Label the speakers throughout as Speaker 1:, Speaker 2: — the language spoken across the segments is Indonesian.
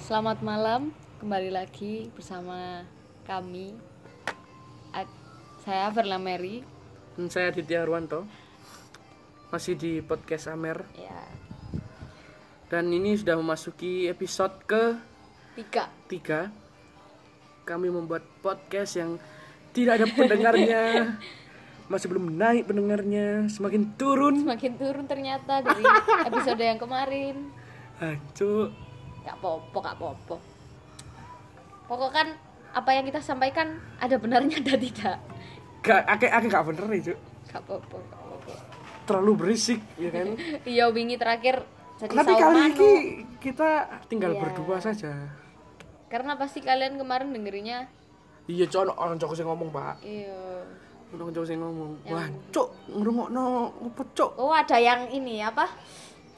Speaker 1: Selamat malam, kembali lagi bersama kami. A- Saya Verla Mary.
Speaker 2: Dan Hmm, saya Aditya Arwanto Masih di podcast Amer
Speaker 1: Ya,
Speaker 2: Dan ini sudah memasuki episode ke
Speaker 1: tiga.
Speaker 2: tiga Kami membuat podcast yang tidak ada pendengarnya Masih belum naik pendengarnya Semakin turun
Speaker 1: Semakin turun ternyata dari episode yang kemarin.
Speaker 2: Ah, Hancur
Speaker 1: Gak popo, gak popo. Pokok kan apa yang kita sampaikan ada benarnya ada tidak.
Speaker 2: Gak, ake, ake gak bener nih Cuk.
Speaker 1: Gak popo, gak popo.
Speaker 2: Terlalu berisik ya kan
Speaker 1: Iya, wingi terakhir jadi
Speaker 2: Tapi
Speaker 1: saur
Speaker 2: kali
Speaker 1: manuk.
Speaker 2: ini kita tinggal
Speaker 1: Iya.
Speaker 2: berdua saja
Speaker 1: Karena pasti kalian kemarin dengerinnya
Speaker 2: Iya con, orang Joko sing ngomong pak
Speaker 1: Iya.
Speaker 2: Orang Joko sing ngomong Wah cuk, ngerungokno apa cuk
Speaker 1: Oh ada yang ini apa?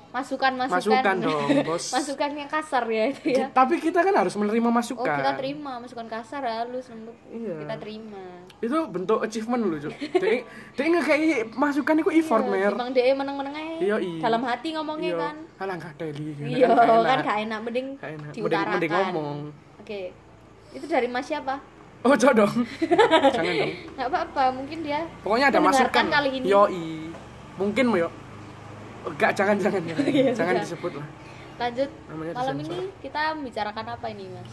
Speaker 1: Masukan masukan.
Speaker 2: Masukan dong, Bos.
Speaker 1: masukan yang kasar ya itu ya.
Speaker 2: Ki- Tapi kita kan harus menerima
Speaker 1: Oh
Speaker 2: masukan.
Speaker 1: kita terima masukan kasar halus lembut.
Speaker 2: Iya.
Speaker 1: Kita terima.
Speaker 2: Itu bentuk achievement loh, Cuk. Dek, dek ngekei masukan iku effort, Mer.
Speaker 1: Emang DE meneng-meneng aja.
Speaker 2: Iya, iya.
Speaker 1: Dalam hati Iya, ngomongnya
Speaker 2: Iya.
Speaker 1: kan.
Speaker 2: Alah enggak teli.
Speaker 1: Iya
Speaker 2: Nggak enak.
Speaker 1: kan gak enak mending
Speaker 2: Nggak enak. Mending-
Speaker 1: diutarakan.
Speaker 2: mending ngomong.
Speaker 1: Oke. Itu dari Mas siapa?
Speaker 2: Oh, cok dong. Jangan dong.
Speaker 1: Gak apa-apa, mungkin dia
Speaker 2: Pokoknya ada
Speaker 1: mendengarkan
Speaker 2: masukan.
Speaker 1: kali ini.
Speaker 2: Yoi. Mungkin mau yuk. Enggak, jangan jangan. Jangan,
Speaker 1: Iya,
Speaker 2: jangan
Speaker 1: sudah.
Speaker 2: disebut lah.
Speaker 1: Lanjut
Speaker 2: Namanya
Speaker 1: malam
Speaker 2: disensor.
Speaker 1: ini kita membicarakan apa ini Mas?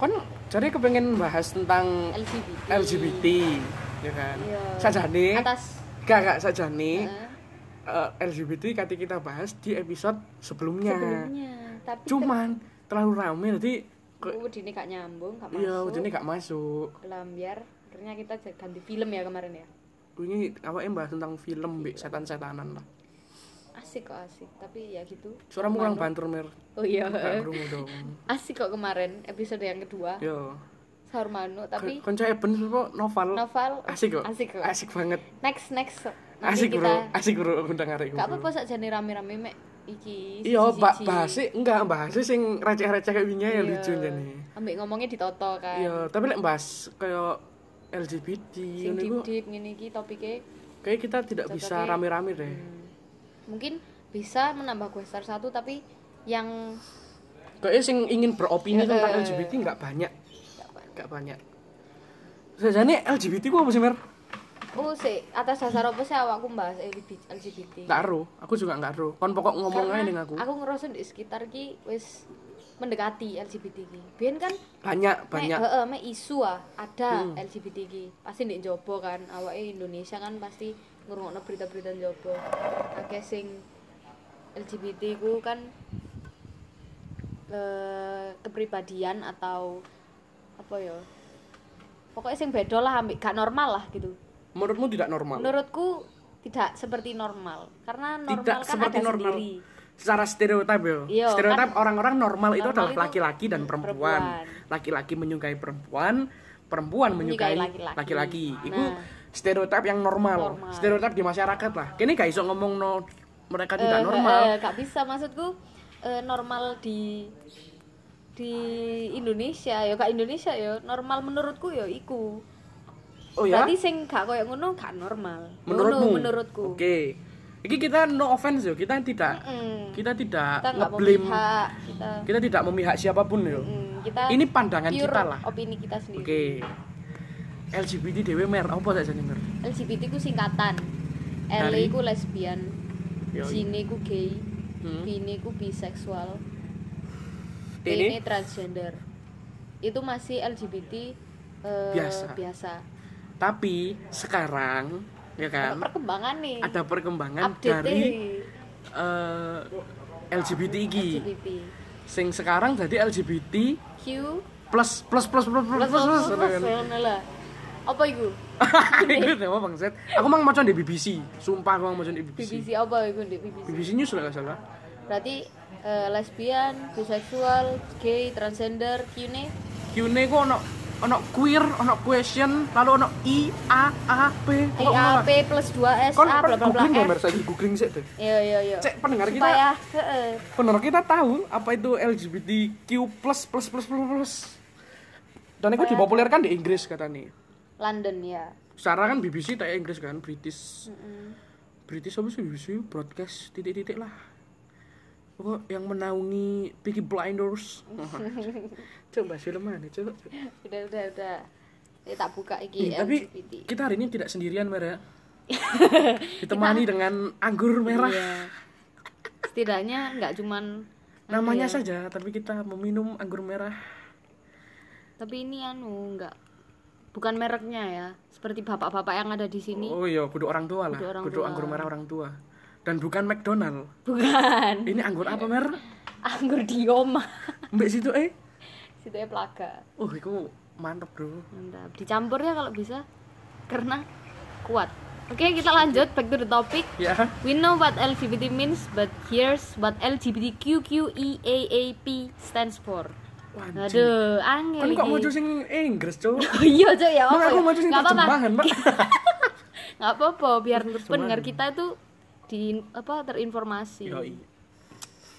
Speaker 2: Kon jadi Kan kepengen bahas tentang
Speaker 1: LGBT.
Speaker 2: LGBT, ya kan?
Speaker 1: Iya.
Speaker 2: Sajane.
Speaker 1: Atas
Speaker 2: Enggak, enggak sajane.
Speaker 1: eh,
Speaker 2: eh, LGBT kati kita bahas di episode Iya.
Speaker 1: sebelumnya. Tapi
Speaker 2: cuman terlalu rame nanti ke-
Speaker 1: Udah ini gak nyambung, gak
Speaker 2: iya
Speaker 1: masuk.
Speaker 2: jadi gak masuk
Speaker 1: Lambiar, akhirnya kita j- ganti film ya kemarin ya.
Speaker 2: ini apa yang bahas tentang film Mbak, setan-setanan lah
Speaker 1: Asik kok asik, tapi ya gitu.
Speaker 2: suaramu kurang
Speaker 1: Manuk.
Speaker 2: banter mer
Speaker 1: Oh iya.
Speaker 2: gak kerungu dong
Speaker 1: Asik kok kemarin episode yang kedua.
Speaker 2: yo
Speaker 1: Sahur Manu, tapi
Speaker 2: konco Eben sapa novel
Speaker 1: novel
Speaker 2: asik kok
Speaker 1: Asik kok.
Speaker 2: asik banget
Speaker 1: Next next. Nanti
Speaker 2: asik bro
Speaker 1: kita
Speaker 2: asik bro undang arek
Speaker 1: gak apa-apa sakjane rame-rame mek iki.
Speaker 2: iya
Speaker 1: siji-siji.
Speaker 2: mbak bahasnya enggak bahasnya sing receh-receh kayak wingi ya
Speaker 1: Iya.
Speaker 2: lucu nih
Speaker 1: Ambek ngomongnya ditoto kan.
Speaker 2: iya tapi lek bahas kayak LGBT
Speaker 1: Sing
Speaker 2: ngono iku,
Speaker 1: deep-deep ngene iki topiknya
Speaker 2: kayak kita tidak bisa
Speaker 1: Cocoknya-
Speaker 2: rame-rame deh
Speaker 1: Hmm. mungkin bisa menambah questar satu tapi yang
Speaker 2: Kayaknya sing ingin beropini
Speaker 1: Ya,
Speaker 2: tentang
Speaker 1: eh.
Speaker 2: LGBT nggak banyak,
Speaker 1: gak apa-
Speaker 2: nggak banyak. Sejane LGBT ku apa sih mer?
Speaker 1: Oh, sih, atas dasar apa sih awakku mbahas LGB- LGBT?
Speaker 2: Nggak ero, aku juga nggak ero. Kon pokok ngomong aja dengan aku.
Speaker 1: Aku ngerasa di sekitar ki wis mendekati LGBT ki. Biyen kan
Speaker 2: Banyak
Speaker 1: mek
Speaker 2: banyak. Hmm.
Speaker 1: heeh, mek isu ah ada LGBT ki. Pasti ndek jopo kan. Awake Indonesia kan pasti ngrungokno berita-berita jopo. Akeh sing LGBT ku kan eh, kepribadian atau apa ya? Pokoknya sing beda lah ambek gak normal lah gitu.
Speaker 2: Menurutmu tidak normal?
Speaker 1: Menurutku tidak seperti normal karena normal
Speaker 2: tidak
Speaker 1: kan
Speaker 2: seperti
Speaker 1: ada
Speaker 2: normal.
Speaker 1: sendiri.
Speaker 2: Secara stereotip ya.
Speaker 1: Iya,
Speaker 2: stereotip
Speaker 1: kan-
Speaker 2: orang-orang normal,
Speaker 1: normal
Speaker 2: itu adalah
Speaker 1: itu
Speaker 2: laki-laki dan perempuan.
Speaker 1: perempuan.
Speaker 2: Laki-laki menyukai perempuan, perempuan
Speaker 1: Menyukai
Speaker 2: menyukai
Speaker 1: laki-laki.
Speaker 2: laki-laki. Itu
Speaker 1: Nah.
Speaker 2: stereotip yang normal.
Speaker 1: Normal.
Speaker 2: Stereotip di masyarakat lah. Kini gak iso ngomong no, mereka
Speaker 1: Eh,
Speaker 2: tidak normal.
Speaker 1: eh, gak bisa maksudku eh, normal di di Indonesia ya gak Indonesia ya normal menurutku ya iku.
Speaker 2: oh
Speaker 1: eh.
Speaker 2: ya.
Speaker 1: Berarti sing gak koyo ngono gak normal.
Speaker 2: menurutmu
Speaker 1: Ngono menurutku.
Speaker 2: oke ini kita no offense yo kita tidak
Speaker 1: Mm-mm.
Speaker 2: kita tidak
Speaker 1: Mm. Kita gak
Speaker 2: ngeblame
Speaker 1: memihak, kita
Speaker 2: kita tidak memihak siapapun yo
Speaker 1: mm, kita
Speaker 2: ini pandangan
Speaker 1: pure
Speaker 2: kita lah oke
Speaker 1: Opini kita sendiri.
Speaker 2: LGBT dewe mer apa saja nih mer
Speaker 1: LGBT ku singkatan. L
Speaker 2: Dari?
Speaker 1: ku lesbian,
Speaker 2: Yoi.
Speaker 1: Zine ku gay,
Speaker 2: Hmm.
Speaker 1: Bine ku biseksual,
Speaker 2: T
Speaker 1: T
Speaker 2: ini
Speaker 1: ini transgender. Itu masih LGBT eh,
Speaker 2: Biasa.
Speaker 1: biasa.
Speaker 2: tapi sekarang ya
Speaker 1: Ada
Speaker 2: kan
Speaker 1: perkembangan nih.
Speaker 2: ada perkembangan
Speaker 1: update
Speaker 2: dari
Speaker 1: nih
Speaker 2: eh, LGBT iki
Speaker 1: LGBT.
Speaker 2: sing sekarang jadi LGBT
Speaker 1: Q
Speaker 2: plus plus plus plus plus
Speaker 1: plus
Speaker 2: plus plus,
Speaker 1: plus
Speaker 2: gitu kan.
Speaker 1: plus lah. Apa itu?
Speaker 2: Iku apa bangset aku mang macon di BBC sumpah aku mang macon di BBC
Speaker 1: BBC apa itu di BBC?
Speaker 2: BBC News lah nggak salah
Speaker 1: Berarti eh, lesbian, biseksual, gay, transgender, Q nih
Speaker 2: Q&A ku ono ono queer, ono question, lalu ono I A A P. Ono ngono
Speaker 1: IAP
Speaker 2: lah.
Speaker 1: plus 2S
Speaker 2: Kon
Speaker 1: A
Speaker 2: per-
Speaker 1: bla bla bla
Speaker 2: googling ya,
Speaker 1: F.
Speaker 2: Mer, saiki googling sik deh.
Speaker 1: Iya iya iya.
Speaker 2: Cek pendengar kita,
Speaker 1: Supaya heeh.
Speaker 2: pendengar kita tahu apa itu LGBTQ+++++. Dan
Speaker 1: ya?
Speaker 2: itu dipopulerkan di Inggris kata nih.
Speaker 1: London ya.
Speaker 2: Secara kan BBC tak Inggris kan, British.
Speaker 1: Mm-mm.
Speaker 2: British apa sih BBC broadcast titik-titik lah. Pokok yang menaungi Peaky Blinders. coba film mana? Coba.
Speaker 1: udah udah udah ya tak buka iki
Speaker 2: Nih, Iya, tapi
Speaker 1: LGBT
Speaker 2: kita hari ini tidak sendirian Mer ya. Ditemani dengan anggur merah.
Speaker 1: Iya. setidaknya nggak cuman
Speaker 2: Namanya saja, tapi kita meminum anggur merah.
Speaker 1: tapi ini anu nggak bukan mereknya ya seperti bapak-bapak yang ada di sini
Speaker 2: Oh iya, kudu orang tua lah.
Speaker 1: Kudu orang
Speaker 2: Kudu
Speaker 1: tua.
Speaker 2: anggur merah orang tua. Dan bukan McDonald.
Speaker 1: bukan
Speaker 2: Ini anggur apa Mer?
Speaker 1: anggur dioma
Speaker 2: Mbak situ eh.
Speaker 1: situ ya pelaga
Speaker 2: Oh, itu mantep bro.
Speaker 1: mantap dicampur ya kalau bisa karena kuat oke kita lanjut back to the topic
Speaker 2: Ya.
Speaker 1: We know what LGBT means, but here's what E LGBTQQEAAP stands for.
Speaker 2: Wah,
Speaker 1: Aduh, angel
Speaker 2: kan kok
Speaker 1: iki.
Speaker 2: mau sing Inggris cok.
Speaker 1: Oh iya cok ya apa
Speaker 2: Mak aku
Speaker 1: ya?
Speaker 2: mau sing
Speaker 1: Nggak apa-apa
Speaker 2: terjemahan, Mak.
Speaker 1: Nggak apa-apa biar
Speaker 2: Terjemahan.
Speaker 1: pendengar kita itu di apa terinformasi
Speaker 2: Yoi.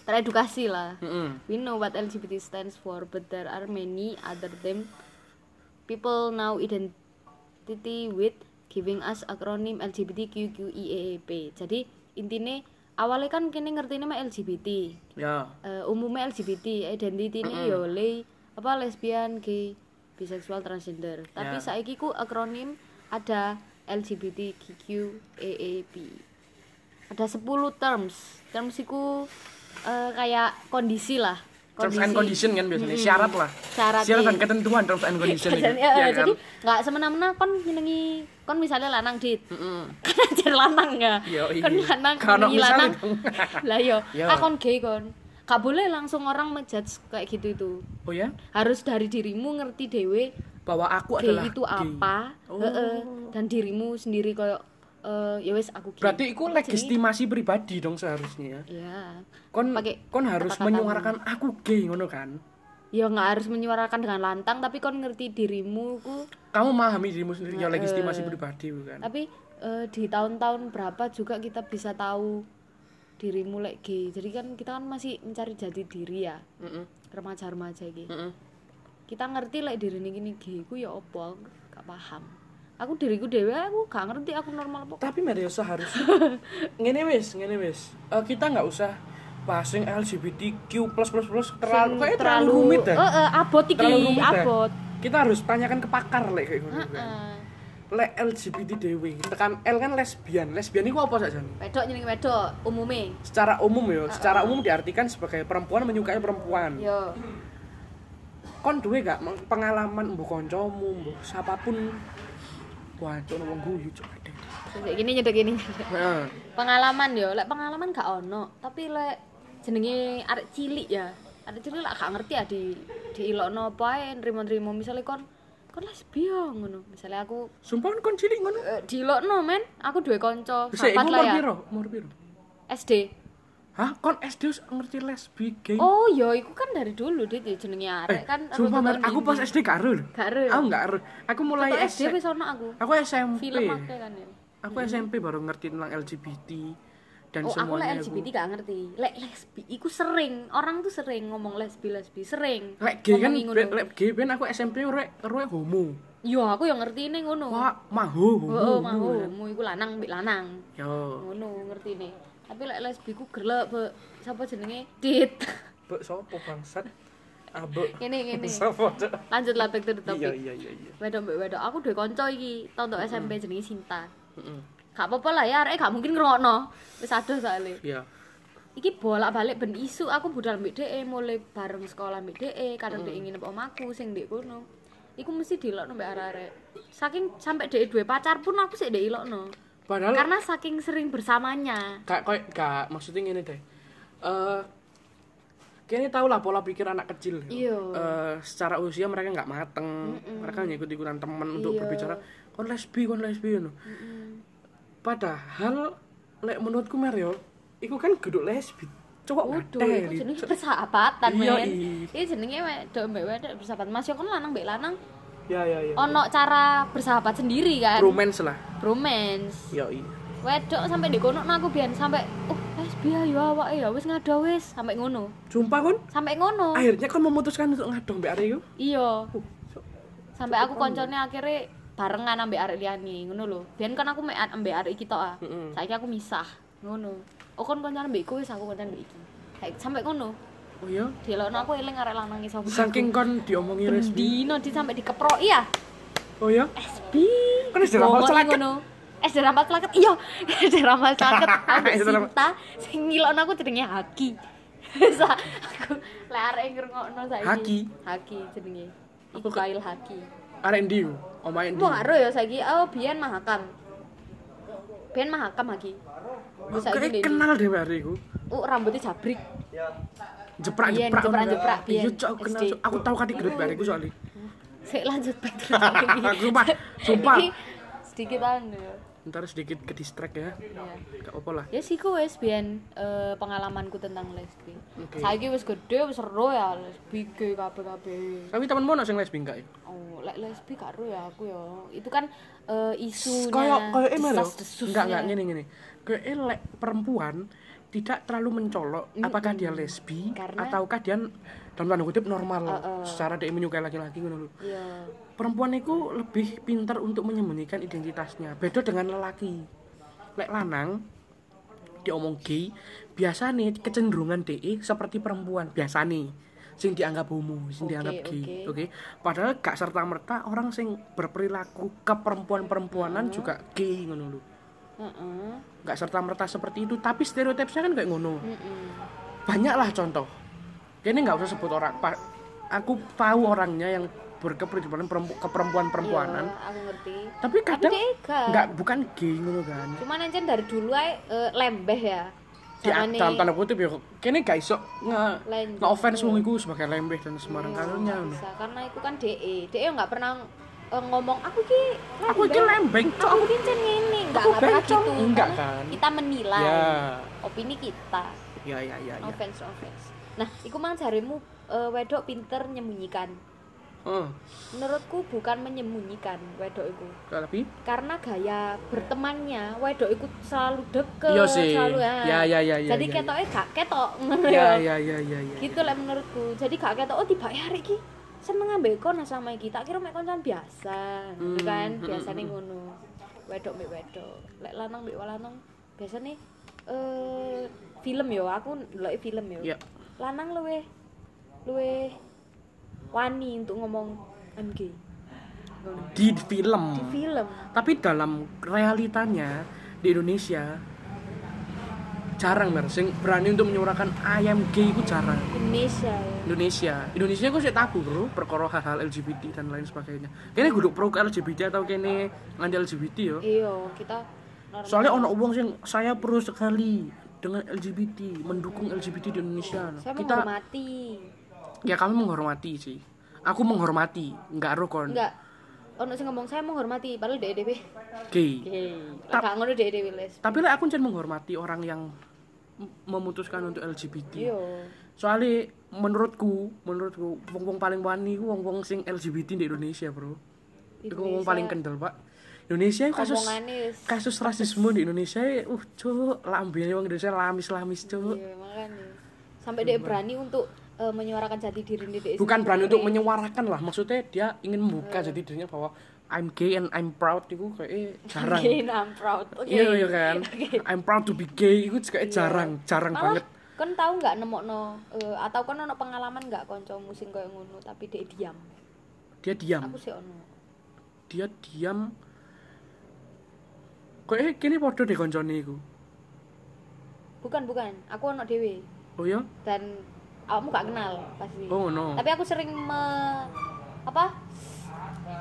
Speaker 1: teredukasi lah
Speaker 2: Mm-mm.
Speaker 1: we know what LGBT stands for but there are many other them people now identity with giving us acronym LGBTQQIAAP E jadi intinya awalnya kan kini ngerti mah LGBT
Speaker 2: Ya.
Speaker 1: Eh, umumnya LGBT identity ini yo le ya apa lesbian gay biseksual transgender tapi
Speaker 2: Ya.
Speaker 1: saiki ku akronim ada LGBTQAAP ada 10 terms terms iku eh, kayak kondisi lah
Speaker 2: Terms and condition kan biasanya syarat lah.
Speaker 1: Syarat,
Speaker 2: Syarat dan
Speaker 1: iya.
Speaker 2: ketentuan terms and condition itu.
Speaker 1: Dan, eh,
Speaker 2: Iya
Speaker 1: eh,
Speaker 2: kan?
Speaker 1: jadi nggak semena-mena kon nyenengi kon misalnya lanang dit
Speaker 2: Mm-mm.
Speaker 1: kan ajar lanang nggak
Speaker 2: Yo, iya.
Speaker 1: kan lanang
Speaker 2: Kalau
Speaker 1: nyenengi
Speaker 2: misalnya
Speaker 1: lanang
Speaker 2: dong.
Speaker 1: lah yo
Speaker 2: Yo.
Speaker 1: ah kon gay kon gak boleh langsung orang menjudge kayak gitu itu
Speaker 2: Oh ya,
Speaker 1: harus dari dirimu ngerti dewe
Speaker 2: bahwa aku
Speaker 1: gay
Speaker 2: adalah
Speaker 1: itu
Speaker 2: gay.
Speaker 1: apa heeh, dan dirimu sendiri koyo eh, ya wes aku gay
Speaker 2: Berarti itu legitimasi pribadi dong seharusnya.
Speaker 1: ya
Speaker 2: Kon
Speaker 1: Pakai
Speaker 2: kon harus
Speaker 1: kata-kata.
Speaker 2: menyuarakan aku gay ngono kan.
Speaker 1: ya nggak harus menyuarakan dengan lantang tapi kon ngerti dirimu ku
Speaker 2: Kamu memahami dirimu sendiri
Speaker 1: Eh.
Speaker 2: ya legitimasi pribadi bukan?
Speaker 1: tapi eh, di tahun-tahun berapa juga kita bisa tahu dirimu lek gay jadi kan kita kan masih mencari jati diri ya
Speaker 2: Mm-mm.
Speaker 1: remaja-remaja gitu
Speaker 2: Mm-mm.
Speaker 1: kita ngerti lek diri ini gini gay ku ya opo aku gak paham aku diriku dewe aku gak ngerti aku normal apa
Speaker 2: Tapi Maria seharusnya ngene wis, ngene wis. Eh, kita nggak usah passing LGBTQ plus plus plus terlalu
Speaker 1: Sing
Speaker 2: kayaknya terlalu rumit dah.
Speaker 1: Eh, eh, abot iki,
Speaker 2: Terlalu rumit dah.
Speaker 1: abot.
Speaker 2: Kita harus tanyakan ke pakar lek kayak ngono kan.
Speaker 1: Heeh.
Speaker 2: Lek LGBT dewe, tekan L kan lesbian. Lesbian itu apa saja?
Speaker 1: Wedok nyenengi wedok umume.
Speaker 2: Secara umum ya, secara umum diartikan sebagai perempuan menyukai perempuan.
Speaker 1: Yo.
Speaker 2: Kon duwe gak meng- pengalaman mbok kancamu, mbok siapapun Waduh, nongong guyu coba deh.
Speaker 1: Kayak gini nyedek gini.
Speaker 2: Heeh.
Speaker 1: Pengalaman yo, lek pengalaman gak ono, tapi lek jenenge arek cilik ya. Arek cilik lek gak ngerti ya di diilokno apa ae nrimo-nrimo misale kon kon lesbian ngono. Misale aku
Speaker 2: Sumpah kon cilik ngono.
Speaker 1: eh, diilokno men, aku duwe kanca
Speaker 2: Bisa
Speaker 1: sahabat
Speaker 2: iku
Speaker 1: lah
Speaker 2: umur
Speaker 1: ya.
Speaker 2: piro? Umur piro?
Speaker 1: SD.
Speaker 2: Hah, kon SD wis ngerti lesbi gay.
Speaker 1: Oh, yo iku kan dari dulu dit ya jenenge arek kan
Speaker 2: Eh, sumpah Mer,
Speaker 1: runtutan
Speaker 2: aku pas
Speaker 1: dini.
Speaker 2: SD gak ero. lho.
Speaker 1: Gak ero ya?
Speaker 2: Aku gak ero. Aku mulai
Speaker 1: Atau SD
Speaker 2: SD.
Speaker 1: wis ono aku.
Speaker 2: Aku SMP.
Speaker 1: Film akeh kan ya.
Speaker 2: Aku SMP baru ngerti tentang LGBT dan
Speaker 1: Oh, aku
Speaker 2: semuanya.
Speaker 1: lek LGBT gak ngerti. Lek lesbi iku sering, orang tuh sering ngomong lesbi lesbi sering.
Speaker 2: Lek gay kan,
Speaker 1: Ngomongi ngono.
Speaker 2: lek lek gay ben aku SMP rek rek homo.
Speaker 1: Yo, aku yang ngerti nih ngono.
Speaker 2: Wah, maho homo.
Speaker 1: Oh, oh, mau
Speaker 2: homo.
Speaker 1: homo iku lanang mbek lanang.
Speaker 2: Yo,
Speaker 1: Ngono ngerti nih. Tapi lek lesbi ku gelek, Be. Sapa jenenge? Dit.
Speaker 2: mbok sapa bangsat? Ah, Abek.
Speaker 1: Ngene ngene.
Speaker 2: Sapa? Cok?
Speaker 1: Lanjut lah back to the
Speaker 2: Iya
Speaker 1: topic.
Speaker 2: iya iya iya.
Speaker 1: Wedok mbek wedok, aku duwe kanca iki, tonton SMP jenenge Sinta.
Speaker 2: Heeh.
Speaker 1: Gak apa-apa lah ya, arek gak mungkin ngerokno. Wis adoh soalnya.
Speaker 2: Iya.
Speaker 1: iki bolak-balik ben isu aku budal mbek dhek mulai bareng sekolah mbek dhek kadang dhek
Speaker 2: Hmm.
Speaker 1: ingin mbok omaku sing ndek kono iku mesti dilokno mbek arek-arek saking sampai dhek duwe pacar pun aku sik ndek ilokno
Speaker 2: Padahal
Speaker 1: karena saking sering bersamanya
Speaker 2: gak koy gak maksudnya gini deh eh kayaknya tau lah pola pikir anak kecil
Speaker 1: Iya.
Speaker 2: Eh, secara usia mereka nggak mateng mereka hanya ikut ikutan temen untuk
Speaker 1: Iya.
Speaker 2: berbicara kon lesbi kon lesbi ngono." padahal lek menurutku Mario iku kan geduk lesbi cowok
Speaker 1: Waduh,
Speaker 2: ngadeh,
Speaker 1: iku
Speaker 2: Li.
Speaker 1: jenenge persahabatan
Speaker 2: Iya,
Speaker 1: men.
Speaker 2: iya.
Speaker 1: Iki jenenge wedok mbek wedok persahabatan. Mas yo kon lanang mbek lanang
Speaker 2: ya ya ya
Speaker 1: ono cara bersahabat sendiri kan.
Speaker 2: romance lah
Speaker 1: Bromance.
Speaker 2: yo iya
Speaker 1: Wedok sampai ndek kono aku biyen sampai oh lesbia yo awake ya wis ngado wis sampai ngono.
Speaker 2: sumpah kon
Speaker 1: Sampai ngono.
Speaker 2: akhirnya kon memutuskan untuk ngadong mbak Aryo
Speaker 1: Iya.
Speaker 2: Uh, so-
Speaker 1: sampai aku koncone akhirnya barengan ambek arek liyane ngono lho biyen kan aku mek ambek arek iki tok ah
Speaker 2: Mm-mm.
Speaker 1: saiki aku misah ngono oh kon koncone ambek iku wis aku koncone ambek iki Kayak sampai kono.
Speaker 2: oh iya
Speaker 1: Delokno aku eling arek lanang iso.
Speaker 2: saking kon diomongi resmi
Speaker 1: Bendino di sampai dikeproki ya.
Speaker 2: oh iya
Speaker 1: SB.
Speaker 2: Kan es dirampal
Speaker 1: Bongkon
Speaker 2: celaket.
Speaker 1: ngono. Es dirampal celaket. Iya, es dirampal celaket. Aku
Speaker 2: Es dirampal-
Speaker 1: cinta sing ngilokno aku jenenge Haki. Sa aku lek arek ngrungokno saiki.
Speaker 2: Haki?
Speaker 1: Haki jenenge.
Speaker 2: Aku
Speaker 1: Aku
Speaker 2: ke-
Speaker 1: kail Haki.
Speaker 2: arek ndi ku? omahe ndi
Speaker 1: Mau karo ya saiki. Oh, biyen mahakam. Biyen mahakam Haki.
Speaker 2: Aku
Speaker 1: Terus saiki
Speaker 2: kayak
Speaker 1: Dendi.
Speaker 2: kenal deh hari ku
Speaker 1: Oh, rambutnya jabrik.
Speaker 2: jeprak
Speaker 1: Biyen,
Speaker 2: jeprak
Speaker 1: jeprak-jeprak, biyen,
Speaker 2: iya cok aku kenal
Speaker 1: SD.
Speaker 2: Cok. aku tahu kati gerut hari ku soalnya
Speaker 1: Sik lanjut back terus.
Speaker 2: sumpah sumpah
Speaker 1: Ini Sedikit anu ya.
Speaker 2: ntar sedikit ke distract ya
Speaker 1: Iya.
Speaker 2: gak apa lah
Speaker 1: Ya sih ku wis biyen eh, pengalamanku tentang lesbi.
Speaker 2: Oke.
Speaker 1: Saiki wis gede wis ero ya lesbi ge kabeh-kabeh.
Speaker 2: tapi temen mau sing lesbi gak ya
Speaker 1: Oh, lek lesbi gak ero ya aku ya. Itu kan eh, isunya.
Speaker 2: kayak kayak emang ya
Speaker 1: desas-desusnya.
Speaker 2: enggak enggak gini gini kayak lek perempuan tidak terlalu mencolok apakah dia lesbi
Speaker 1: Karena-
Speaker 2: ataukah dia dalam tanda kutip normal
Speaker 1: Uh-uh.
Speaker 2: secara dia menyukai laki-laki ngono lho.
Speaker 1: Iya.
Speaker 2: perempuan itu lebih pintar untuk menyembunyikan identitasnya beda dengan lelaki lek lanang diomong gay biasa nih kecenderungan DE seperti perempuan biasa nih sing dianggap homo sing
Speaker 1: Oke,
Speaker 2: dianggap gay oke
Speaker 1: oke.
Speaker 2: padahal gak serta merta orang sing berperilaku ke perempuan-perempuanan juga gay ngono lho
Speaker 1: Heeh.
Speaker 2: gak serta merta seperti itu tapi stereotipnya kan kayak ngono
Speaker 1: Heeh.
Speaker 2: banyaklah contoh ini nggak usah sebut orang pa- aku tahu orangnya yang berkepribadian perempu- keperempuan perempuanan
Speaker 1: Iya, Aku ngerti.
Speaker 2: tapi kadang
Speaker 1: dia gak.
Speaker 2: nggak bukan gay ngono kan
Speaker 1: Cuman ancen dari dulu ae eh, lembeh ya.
Speaker 2: di
Speaker 1: Zamane-
Speaker 2: dalam tanda kutip ya kene gak iso nge
Speaker 1: Lain.
Speaker 2: nge offense wong iku sebagai lembeh dan sembarang kalanya
Speaker 1: Nggak Oh, bisa karena itu kan DE DE nggak pernah eh, ngomong aku ki
Speaker 2: aku iki
Speaker 1: lembek.
Speaker 2: lembeng cok
Speaker 1: aku kincen ngene nggak
Speaker 2: Aku
Speaker 1: nggak pernah
Speaker 2: bencong.
Speaker 1: gitu
Speaker 2: Enggak
Speaker 1: Karena
Speaker 2: kan.
Speaker 1: kita menilai
Speaker 2: ya
Speaker 1: opini kita
Speaker 2: ya ya ya, ya.
Speaker 1: offense offense nah iku mang jarimu eh, wedok pinter menyembunyikan
Speaker 2: Heeh.
Speaker 1: menurutku bukan menyembunyikan wedok itu
Speaker 2: tapi
Speaker 1: karena gaya bertemannya wedok itu selalu deket
Speaker 2: Iya sih.
Speaker 1: selalu
Speaker 2: Ya, ya, ya, ya,
Speaker 1: jadi
Speaker 2: ya, ya.
Speaker 1: ketoknya gak ketok
Speaker 2: ya ya ya ya ya
Speaker 1: gitu lah menurutku jadi gak ketok oh tiba ya hari ini seneng ambek kon sama iki tak kira mek koncan biasa gitu
Speaker 2: Hmm,
Speaker 1: kan
Speaker 2: hmm,
Speaker 1: biasane ngono wedok mek wedok lek lanang mek lanang biasane eh film yo aku ndeloki film yo
Speaker 2: Ya.
Speaker 1: lanang luwe luwe wani untuk ngomong MG ngono
Speaker 2: di film
Speaker 1: di film
Speaker 2: tapi dalam realitanya di Indonesia jarang Mer, sing berani untuk menyuarakan ayam gay itu jarang
Speaker 1: Indonesia ya.
Speaker 2: Indonesia Indonesia kok sih tabu bro perkara hal-hal LGBT dan lain sebagainya kene guduk pro ke LGBT atau kene anti LGBT yo
Speaker 1: iya kita normal.
Speaker 2: soalnya ono uang sing saya pro sekali dengan LGBT mendukung LGBT di Indonesia
Speaker 1: saya
Speaker 2: kita
Speaker 1: menghormati
Speaker 2: ya kami menghormati sih aku menghormati nggak rukun
Speaker 1: enggak ono sing ngomong saya menghormati padahal dhek dhewe
Speaker 2: gay
Speaker 1: Oke, lah gak ngono dhewe dhewe les.
Speaker 2: tapi lah aku jen menghormati orang yang m- memutuskan untuk LGBT
Speaker 1: Iya.
Speaker 2: soalnya menurutku menurutku wong-wong paling wani ku wong-wong sing LGBT di Indonesia bro itu wong paling kendel pak Indonesia iku kasus
Speaker 1: Omongane wis-
Speaker 2: kasus rasisme di Indonesia uh cuk lambene wong Indonesia lamis-lamis cuk
Speaker 1: Iya, makanya. Sampai dia berani untuk eh, menyuarakan jati diri dia
Speaker 2: Iya, bukan berani untuk menyuarakan lah maksudnya dia
Speaker 1: Iya.
Speaker 2: ingin membuka jadi dirinya bahwa I'm gay and I'm proud itu kayak eh, jarang
Speaker 1: Oke, Iya, nah, I'm proud. Oke. Iya.
Speaker 2: iya iya kan I'm proud to be gay itu juga jarang jarang
Speaker 1: Malah
Speaker 2: banget
Speaker 1: kan tahu nggak nemokno eh, atau kan ono pengalaman nggak konco musim kayak ngono tapi dia diam.
Speaker 2: dia diam
Speaker 1: Aku sih ono.
Speaker 2: dia diam kayak eh, kini podo deh koncone iku
Speaker 1: Bukan, bukan. Aku ono dhewe
Speaker 2: oh ya
Speaker 1: dan kamu gak kenal pasti.
Speaker 2: oh no
Speaker 1: Tapi aku sering me, apa?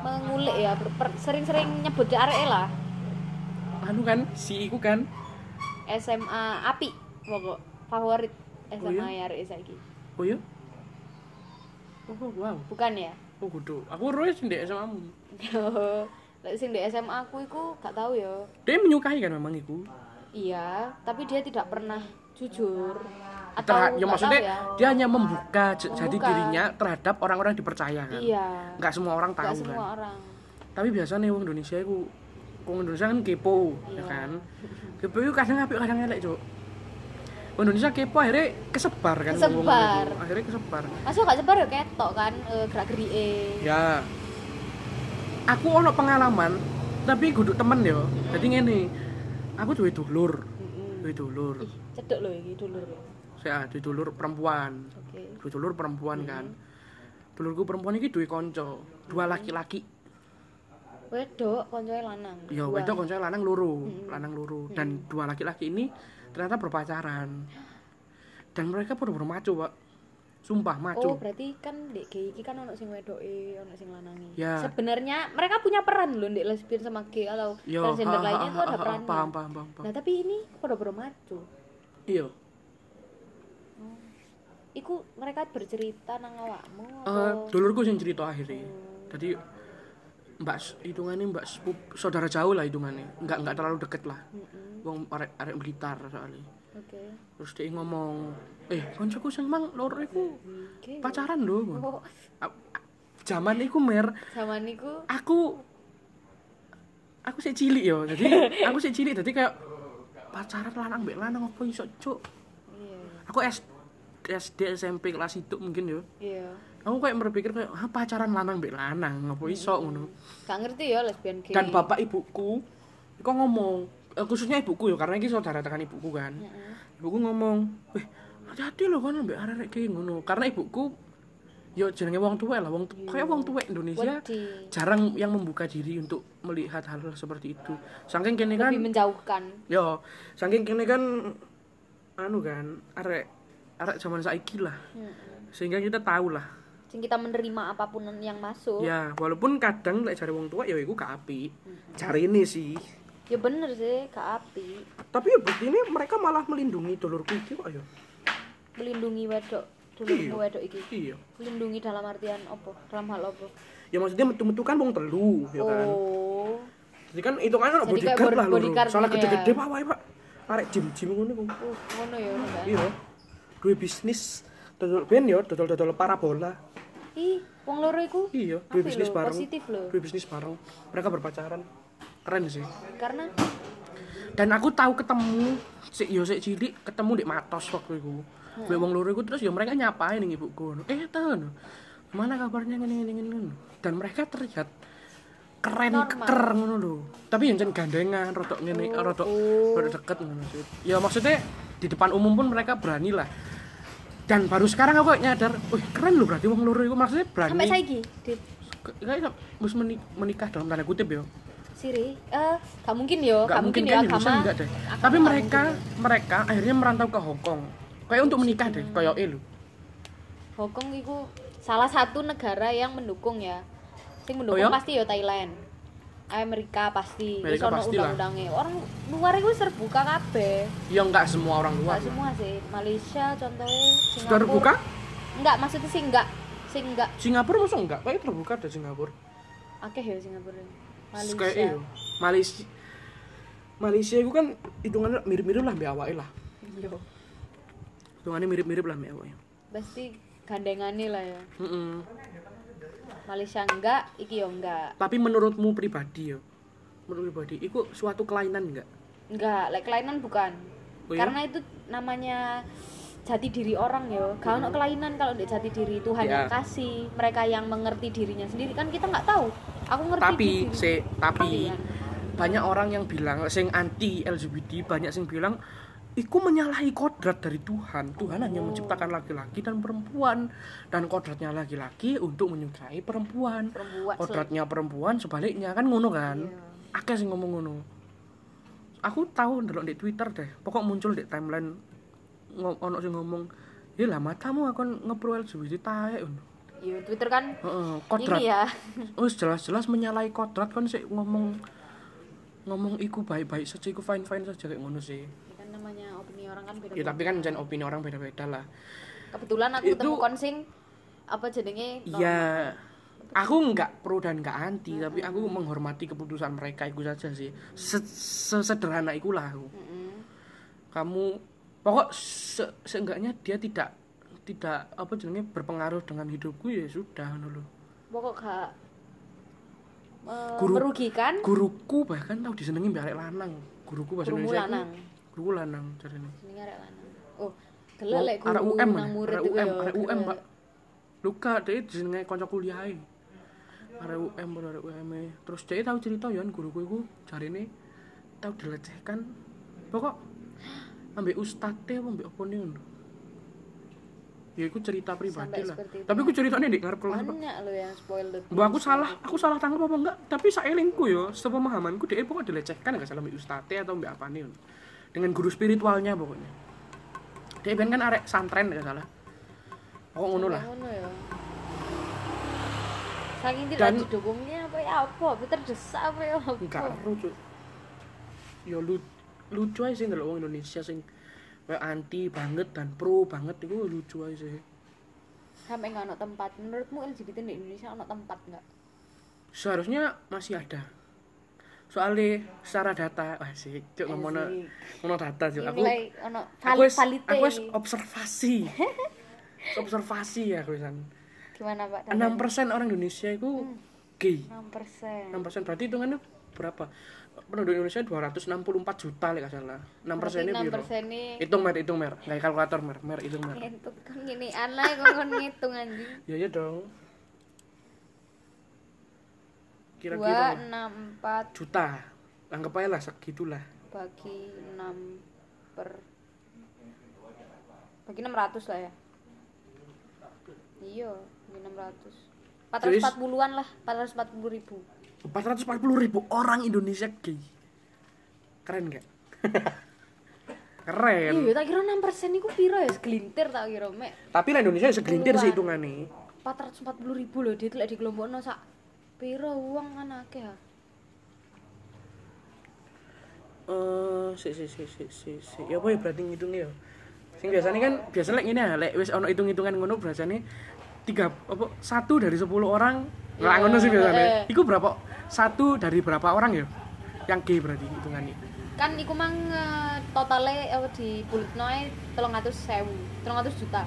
Speaker 1: mengulik ya, ber- per- sering-sering nyebut arek lah.
Speaker 2: anu kan si iku kan
Speaker 1: SMA api pokok favorit
Speaker 2: Oh
Speaker 1: SMA
Speaker 2: iya?
Speaker 1: ya arek saiki.
Speaker 2: oh ya oh wow
Speaker 1: Bukan ya?
Speaker 2: Oh kudu, aku roe sendiri sama kamu.
Speaker 1: Lek sing di SMA aku iku gak tahu ya.
Speaker 2: Dia menyukai kan memang iku.
Speaker 1: Iya, tapi dia tidak pernah jujur atau
Speaker 2: Terha- ya
Speaker 1: gak
Speaker 2: maksudnya
Speaker 1: tahu ya.
Speaker 2: dia hanya membuka j- jadi
Speaker 1: Membuka.
Speaker 2: dirinya terhadap orang-orang yang dipercaya kan.
Speaker 1: Iya.
Speaker 2: Nggak semua orang
Speaker 1: Gak
Speaker 2: tahu
Speaker 1: semua
Speaker 2: kan.
Speaker 1: orang.
Speaker 2: Tapi biasanya wong Indonesia iku wong Indonesia kan kepo, ya
Speaker 1: Iya.
Speaker 2: kan. Kepo itu kadang apik kadang elek, Cuk. Wong Indonesia kepo akhirnya kesebar kan wong-wong
Speaker 1: Kesebar.
Speaker 2: iku. Akhirnya kesebar.
Speaker 1: Masuk gak sebar ya ketok kan eh, gerak-gerike.
Speaker 2: Ya. Aku ono pengalaman, tapi kudu temen yo. Jadi ngene. Aku duwe dulur,
Speaker 1: Mm-mm.
Speaker 2: duwe dulur.
Speaker 1: Ih, cedek loh iki dulur.
Speaker 2: saya dulur perempuan
Speaker 1: Oke.
Speaker 2: dua dulur perempuan kan dulurku perempuan ini dua konco dua laki-laki
Speaker 1: Wedok koncoe lanang.
Speaker 2: ya
Speaker 1: Dua.
Speaker 2: wedok konco lanang loro lanang loro dan dua laki-laki ini ternyata berpacaran dan mereka pun bermacu pak sumpah macu
Speaker 1: Oh, berarti kan Dek gay iki kan ono sing wedoke, ono sing lanange.
Speaker 2: Ya.
Speaker 1: Sebenarnya mereka punya peran loh Dek lesbian sama gay atau
Speaker 2: Yo,
Speaker 1: transgender
Speaker 2: ha, ha,
Speaker 1: lainnya
Speaker 2: ha,
Speaker 1: tuh ada
Speaker 2: ha, ha,
Speaker 1: perannya.
Speaker 2: paham paham paham paham
Speaker 1: Nah, tapi ini podo-podo macu.
Speaker 2: iya
Speaker 1: Iku mereka bercerita nang awakmu
Speaker 2: Eh,
Speaker 1: atau
Speaker 2: dulurku yang cerita akhirnya jadi mbak s- hitungannya mbak sepup- saudara jauh lah hitungannya nggak nggak terlalu deket lah
Speaker 1: Mm-mm.
Speaker 2: wong arek arek blitar soalnya
Speaker 1: Oke.
Speaker 2: terus dia ngomong eh koncoku sing mang loro iku
Speaker 1: Gay.
Speaker 2: pacaran lho ngono.
Speaker 1: Oh,
Speaker 2: A- a- zaman iku mer
Speaker 1: sama niku
Speaker 2: aku aku sih cilik yo jadi aku sih cilik jadi kayak pacaran lanang mbek lanang apa iso cuk
Speaker 1: iya.
Speaker 2: aku S- SD SMP kelas itu mungkin yo
Speaker 1: Iya.
Speaker 2: aku kayak berpikir kayak ah, pacaran lanang mbek lanang apa iso ngono
Speaker 1: Gak ngerti ya lesbian gay.
Speaker 2: dan bapak ibuku kok ngomong eh, khususnya ibuku yo karena ini saudara tekan ibuku kan
Speaker 1: Heeh.
Speaker 2: ibuku ngomong weh hati-hati loh kan mbek arek kayak ngono karena ibuku yo jenenge wong tua lah wong kayak wong tua Indonesia
Speaker 1: Wedi.
Speaker 2: jarang yang membuka diri untuk melihat hal-hal seperti itu. Saking kene kan,
Speaker 1: Lebih menjauhkan.
Speaker 2: yo, saking kene kan, anu kan, arek arek zaman saiki lah,
Speaker 1: Heeh.
Speaker 2: sehingga kita tahu lah.
Speaker 1: Sing kita menerima apapun yang masuk.
Speaker 2: Ya, walaupun kadang lek cari wong tua ya iku gak apik.
Speaker 1: Mm-hmm.
Speaker 2: Cari ini sih.
Speaker 1: Ya bener sih, Kak Api
Speaker 2: Tapi ya bukti ini mereka malah melindungi dulurku iki kok ya.
Speaker 1: melindungi wedok dulurmu
Speaker 2: Iya.
Speaker 1: wedok iki.
Speaker 2: Iya.
Speaker 1: Melindungi dalam artian opo? Dalam hal opo?
Speaker 2: Ya maksudnya metu-metu kan wong telu, ya kan.
Speaker 1: Oh.
Speaker 2: Jadi kan itu kan
Speaker 1: Jadi kayak
Speaker 2: bodyguard lah lho.
Speaker 1: bodyguard
Speaker 2: Soalnya
Speaker 1: gitu ya.
Speaker 2: gede-gede Pak, wae, Pak. Arek jim-jim ngono kok.
Speaker 1: Uh, ngono ya ngono kan.
Speaker 2: iya duwe bisnis dodol ben yo dodol-dodol parabola
Speaker 1: Ih, wong loro iku
Speaker 2: iya
Speaker 1: apik
Speaker 2: duwe bisnis
Speaker 1: lho,
Speaker 2: bareng
Speaker 1: positif lho.
Speaker 2: duwe bisnis bareng mereka berpacaran keren sih
Speaker 1: Karena
Speaker 2: Nah, dan aku tahu ketemu si yo si cilik ketemu di matos waktu itu Mbak wong loro iku terus ya mereka nyapain ning ibuku ngono. Eh tahun Gimana kabarnya ngene ngene ngene ngene. Dan mereka terlihat keren keker ngono lho. Tapi yang jen gandengan rodok ngene rodok rodok deket ngono maksud. Ya maksudnya di depan umum pun mereka berani lah. Dan baru sekarang aku kayak nyadar, wih keren lho berarti wong loro iku maksudnya berani.
Speaker 1: sampai saiki Dit
Speaker 2: Kayak wis meni- menikah dalam tanda kutip ya.
Speaker 1: Siri, eh gak mungkin yo,
Speaker 2: Gak
Speaker 1: gak
Speaker 2: mungkin
Speaker 1: mungkin ya
Speaker 2: kan Indonesia
Speaker 1: agama. gitu.
Speaker 2: enggak deh. Tapi mereka mereka akhirnya merantau ke Hong Kong. Kayak untuk menikah deh, kayak elu.
Speaker 1: Hong Kong iku salah satu negara yang mendukung ya. Sing mendukung
Speaker 2: Oh, ya?
Speaker 1: pasti yo Thailand. Amerika pasti,
Speaker 2: Amerika
Speaker 1: Terus ono
Speaker 2: pastilah.
Speaker 1: undang-undangnya. Orang luar itu terbuka kabeh.
Speaker 2: Ya enggak semua orang luar.
Speaker 1: Enggak semua sih. Malaysia contohnya Singapura.
Speaker 2: Sudah terbuka?
Speaker 1: Enggak, maksudnya sih enggak. Sih enggak
Speaker 2: Singapura masuk enggak? Kayak terbuka deh Singapura.
Speaker 1: akeh ya Singapura.
Speaker 2: Terus
Speaker 1: Malaysia.
Speaker 2: Kayak elu. Malaysia. Malaysia itu kan hitungannya mirip-mirip lah mbak awake lah.
Speaker 1: Yo.
Speaker 2: Hitungannya mirip-mirip lah mbak awake.
Speaker 1: Pasti gandengane lah ya.
Speaker 2: Mm-mm.
Speaker 1: Malaysia enggak, iki yo enggak.
Speaker 2: Tapi menurutmu pribadi ya? Menurut pribadi, itu suatu kelainan enggak?
Speaker 1: Enggak, like kelainan bukan.
Speaker 2: Oh iya?
Speaker 1: Karena itu namanya jati diri orang ya. Gak ono kelainan kalau ndek jati diri Tuhan yang
Speaker 2: Iya.
Speaker 1: kasih. Mereka yang mengerti dirinya sendiri kan kita nggak tahu. Aku ngerti
Speaker 2: tapi
Speaker 1: diri-
Speaker 2: se tapi
Speaker 1: Kalian.
Speaker 2: banyak orang yang bilang sing anti LGBT banyak sing bilang Iku menyalahi kodrat dari Tuhan. Tuhan hanya
Speaker 1: Oh.
Speaker 2: menciptakan laki-laki dan perempuan, dan kodratnya laki-laki untuk menyukai perempuan.
Speaker 1: Perempuan,
Speaker 2: Kodratnya perempuan sebaliknya kan ngono kan?
Speaker 1: Iya.
Speaker 2: Akeh sing ngomong ngono. Aku tahu ndelok di Twitter deh. Pokok muncul di timeline ngom ono sing ngomong, "Ya lah matamu akan ngepro LGBT taek." ngono.
Speaker 1: Yo, Twitter kan
Speaker 2: Heeh, kodrat.
Speaker 1: ini ya.
Speaker 2: Wis Oh, jelas-jelas menyalahi kodrat kan sik ngomong ngomong iku baik-baik saja iku fine-fine saja kayak ngono sih.
Speaker 1: Ini kan namanya opini orang kan beda.
Speaker 2: Ya tapi kan jan opini orang beda-beda lah.
Speaker 1: Kebetulan aku ketemu
Speaker 2: Itu-
Speaker 1: konsing apa jenenge?
Speaker 2: Iya. Aku nggak pro dan nggak anti, tapi aku menghormati keputusan mereka itu saja sih. Se- Sesederhana ikulah aku.
Speaker 1: Heeh.
Speaker 2: Kamu pokok se- seenggaknya dia tidak tidak apa jenenge berpengaruh dengan hidupku ya sudah ngono lho.
Speaker 1: Pokok gak eh,
Speaker 2: Guru-
Speaker 1: merugikan
Speaker 2: Guruku bahkan tau disenengi mbak arek lanang. Guruku bahasa
Speaker 1: Gurumu
Speaker 2: Indonesia. iku-
Speaker 1: lanang.
Speaker 2: Guruku lanang jarene.
Speaker 1: jenenge arek lanang. Oh, gelek lek
Speaker 2: arek
Speaker 1: guru
Speaker 2: UM,
Speaker 1: nang murid ya.
Speaker 2: arek
Speaker 1: iku
Speaker 2: UM,
Speaker 1: yo,
Speaker 2: arek UM,
Speaker 1: gelek.
Speaker 2: Pak. Luka dia jenenge kanca kuliahe. Arek UM, baru arek UM. -e. Terus dia tahu cerita yon guruku iku jarine tahu dilecehkan. Pokok ambek ustate apa ambek opone ngono. ya itu cerita pribadi
Speaker 1: Sampai
Speaker 2: lah
Speaker 1: seperti itu.
Speaker 2: tapi aku ceritanya di ngarep kelas Pak.
Speaker 1: banyak lo yang spoiler
Speaker 2: Mbak aku salah, aku salah tanggap apa enggak? Tapi saelingku yo, sepemahamanku dia pokoknya dilecehkan enggak salah mbak ustate atau mbak apa nih. Dengan guru spiritualnya pokoknya. Dia ben kan arek santren enggak salah. Oh ngono lah.
Speaker 1: Ngono ya. Saking tidak
Speaker 2: Dan-
Speaker 1: didukungnya apa ya apa, apa terdesak apa ya apa.
Speaker 2: Enggak Oh, lucu. Yo lu, lucu aja sih ndelok wong Indonesia sing kayak anti banget dan pro banget itu lucu aja sih.
Speaker 1: Sampai nggak ono tempat. Menurutmu LGBT di Indonesia ono tempat nggak?
Speaker 2: Seharusnya masih ada. Soalnya secara data, wah sih, cuk ngomongno
Speaker 1: Asik.
Speaker 2: ngomongno data cuk. Aku
Speaker 1: Nilai ono
Speaker 2: aku wis
Speaker 1: valid
Speaker 2: aku wis observasi observasi ya aku wisan
Speaker 1: Gimana Pak?
Speaker 2: enam persen orang Indonesia itu gay
Speaker 1: 6 persen.
Speaker 2: enam persen berarti hitungannya berapa penduduk Indonesia 264 juta lah nggak salah enam persen ya ini
Speaker 1: Berarti
Speaker 2: biro
Speaker 1: 6% ini
Speaker 2: hitung mer hitung mer nggak kalkulator mer mer hitung mer
Speaker 1: ngentuk kan gini aneh kok kon ngitung anjing.
Speaker 2: ya ya dong
Speaker 1: 2
Speaker 2: kira-kira
Speaker 1: 6 4
Speaker 2: juta anggap aja lah segitulah
Speaker 1: bagi 6 per bagi 600 lah ya. Iya, bagi 600. 440-an lah, 440 ribu.
Speaker 2: 440 ribu orang Indonesia gay keren nggak keren
Speaker 1: Iya, tak kira 6 persen itu piro ya, segelintir tak kira, Mek.
Speaker 2: Tapi lah Indonesia ya segelintir sih
Speaker 1: Puluhan.
Speaker 2: hitungannya.
Speaker 1: 440 ribu loh, dia di kelompok no, sak. Piro uang kan akeh ya.
Speaker 2: Eh, si si si si si si. Ya apa ya berarti ngitungnya ya. Sing biasanya kan biasanya lek ngene ya, lek wis ono hitung-hitungan ngono biasanya tiga apa satu dari 10 orang lah ngono sih biasanya.
Speaker 1: eh.
Speaker 2: Iku berapa? Satu dari berapa orang ya? Yang gay berarti hitungannya.
Speaker 1: Kan iku mang eh, totale eh, di bulletno e 300.000, 300 juta.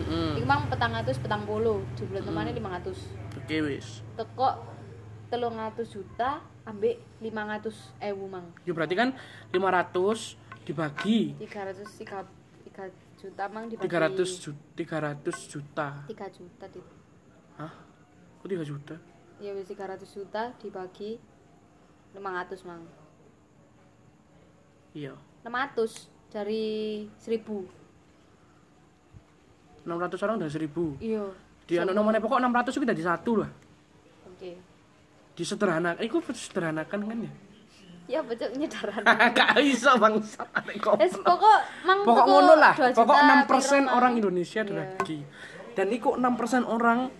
Speaker 2: Heeh.
Speaker 1: Iku mang 400 petang polo, di
Speaker 2: Hmm.
Speaker 1: bulletno mana 500.
Speaker 2: Oke wis.
Speaker 1: Teko 300 juta ambek 500 ewu mang.
Speaker 2: Ya berarti kan 500 dibagi
Speaker 1: 300 tiga- tiga juta mang dibagi
Speaker 2: 300 juta, 300 juta.
Speaker 1: 3 juta di
Speaker 2: Hah? Kok 3 juta?
Speaker 1: Ya wis 300 juta dibagi 500 mang.
Speaker 2: Iya.
Speaker 1: 600 dari 1000.
Speaker 2: 600 orang dari 1000.
Speaker 1: Iya.
Speaker 2: Di anu nomornya pokok 600 itu jadi satu lah.
Speaker 1: Oke.
Speaker 2: disederhanakan iku sederhanakan kan ya
Speaker 1: Ya becok nyedaran.
Speaker 2: gak bisa bangsa
Speaker 1: Wis pokok mang
Speaker 2: pokok
Speaker 1: tuku
Speaker 2: ngono lah
Speaker 1: 2 juta Iya.
Speaker 2: pokok 6%
Speaker 1: piro, Mang.
Speaker 2: orang Indonesia adalah gay dan iku 6% orang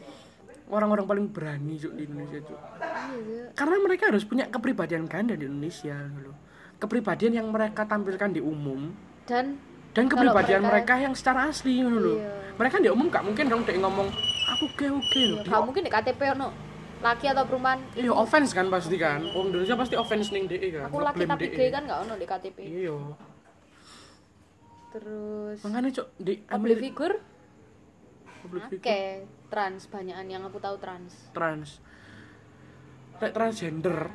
Speaker 2: orang-orang paling berani cuk di Indonesia cuk
Speaker 1: Iya,
Speaker 2: karena mereka harus punya kepribadian ganda di Indonesia gitu loh kepribadian yang mereka tampilkan di umum
Speaker 1: Dan Kalau
Speaker 2: dan kepribadian mereka,
Speaker 1: mereka-
Speaker 2: yang secara asli gitu loh
Speaker 1: Iya.
Speaker 2: mereka di umum gak mungkin dong dek ngomong aku gay oke
Speaker 1: ya,
Speaker 2: loh Di-
Speaker 1: gak mungkin di KTP ono laki atau perempuan.
Speaker 2: iya offense kan pasti kan orang Indonesia pasti offense ning DE kan
Speaker 1: Aku laki
Speaker 2: nge-blame
Speaker 1: tapi
Speaker 2: DE.
Speaker 1: gay kan gak ono di KTP.
Speaker 2: iya
Speaker 1: Terus
Speaker 2: Makanya cok di
Speaker 1: public
Speaker 2: Amerika
Speaker 1: figure
Speaker 2: anu, public
Speaker 1: oke
Speaker 2: figure
Speaker 1: trans banyakan yang aku tahu trans.
Speaker 2: trans. Lek transgender.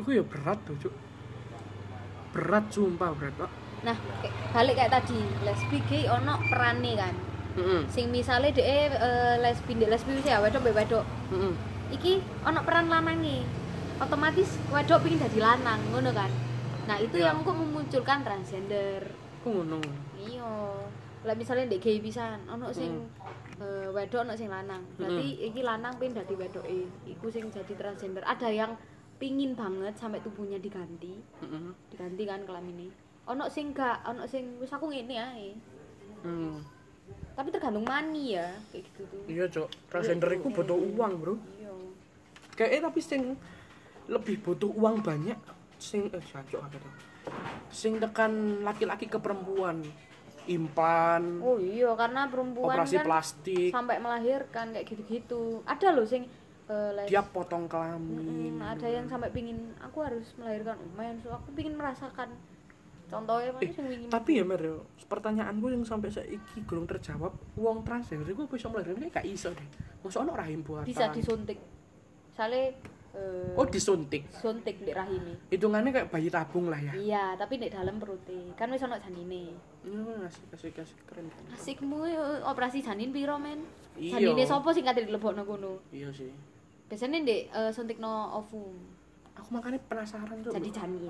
Speaker 2: Itu ya berat tuh, Cuk. Berat sumpah berat, Pak.
Speaker 1: Nah, kayak- balik kayak tadi, lesbi gay ono perane kan.
Speaker 2: Heeh.
Speaker 1: Sing misalnya dhek eh, lesbi ndek lesbi wis ya wedok mbek wedok.
Speaker 2: Heeh.
Speaker 1: iki ono peran lanange otomatis wedok pingin jadi lanang ngono kan nah itu yang kok memunculkan transgender
Speaker 2: Ku ngono.
Speaker 1: iya lah misalnya ndek gay pisan ono sing
Speaker 2: Hmm.
Speaker 1: eh, wedok ono sing lanang berarti iki lanang pingin jadi wedoke iku sing jadi transgender ada yang pingin banget sampai tubuhnya diganti
Speaker 2: Heeh.
Speaker 1: diganti kan kelamine ono sing gak ono sing wis aku ngene ae
Speaker 2: Hmm.
Speaker 1: mm. tapi tergantung mani ya kayak gitu tuh
Speaker 2: Iya, Cok. Transgender itu butuh uang, Bro.
Speaker 1: iya
Speaker 2: Kayaknya tapi sing lebih butuh uang banyak sing eh jancuk apa tuh. Sing tekan laki-laki ke perempuan. Implan,
Speaker 1: oh iya karena perempuan
Speaker 2: operasi
Speaker 1: kan
Speaker 2: plastik,
Speaker 1: sampai melahirkan kayak gitu-gitu ada loh sing eh, les-
Speaker 2: dia potong kelamin.
Speaker 1: Mm, ada yang sampai pingin aku harus melahirkan umen so aku pingin merasakan contohnya mana sing wingi
Speaker 2: Eh, tapi ya Mer, yo, pertanyaan gue yang sampai saiki belum terjawab uang transgender gue bisa melahirkan kayak gak iso deh masa ono rahim buatan
Speaker 1: bisa disuntik misalnya eh,
Speaker 2: oh disuntik
Speaker 1: suntik di rahimi
Speaker 2: hitungannya kayak bayi tabung lah ya
Speaker 1: iya tapi di dalam perutnya kan wis ono janine
Speaker 2: hmm, asik asik asik keren
Speaker 1: asikmu eh, operasi janin piro men
Speaker 2: Iya.
Speaker 1: janine sopo sing kate dilebokno kono
Speaker 2: iya sih
Speaker 1: biasanya ndek eh, suntikno ovum
Speaker 2: aku makanya penasaran tuh
Speaker 1: jadi
Speaker 2: Bro.
Speaker 1: janin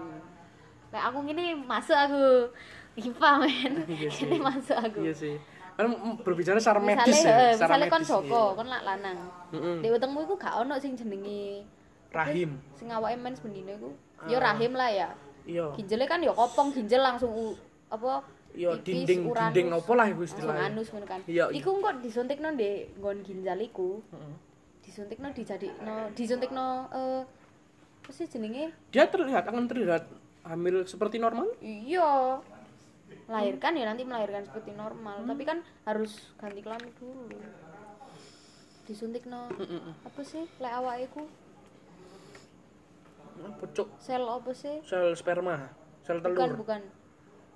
Speaker 1: kayak aku gini masuk aku IPA men
Speaker 2: Iya sih.
Speaker 1: ini masuk aku
Speaker 2: iya sih Kan m- berbicara secara medis
Speaker 1: Misale, eh,
Speaker 2: ya, secara
Speaker 1: misale kon
Speaker 2: medis,
Speaker 1: Joko,
Speaker 2: iya.
Speaker 1: kon lak lanang.
Speaker 2: Mm-mm.
Speaker 1: Di wetengmu iku gak ono sing jenenge
Speaker 2: Rahim.
Speaker 1: sing awake mens bendino iku. Ya
Speaker 2: Ah.
Speaker 1: rahim lah ya.
Speaker 2: Iya.
Speaker 1: Ginjele kan ya kopong, ginjel langsung u- apa?
Speaker 2: Iya,
Speaker 1: pipis,
Speaker 2: dinding
Speaker 1: uranus,
Speaker 2: dinding apa lah iku
Speaker 1: langsung
Speaker 2: istilahnya.
Speaker 1: anus ngono kan.
Speaker 2: Iya, iya.
Speaker 1: Iku kok disuntikno ndek nggon ginjal iku. Disuntikno dijadikno, disuntikno eh apa sih jenenge?
Speaker 2: Dia terlihat akan terlihat hamil seperti normal.
Speaker 1: Iya. Lahirkan ya nanti melahirkan seperti normal,
Speaker 2: Hmm.
Speaker 1: tapi kan harus ganti kelamin dulu. Disuntikno apa sih lek awake iku?
Speaker 2: Apa cuk?
Speaker 1: Sel apa sih?
Speaker 2: Sel sperma, sel
Speaker 1: Bukan,
Speaker 2: telur,
Speaker 1: bukan.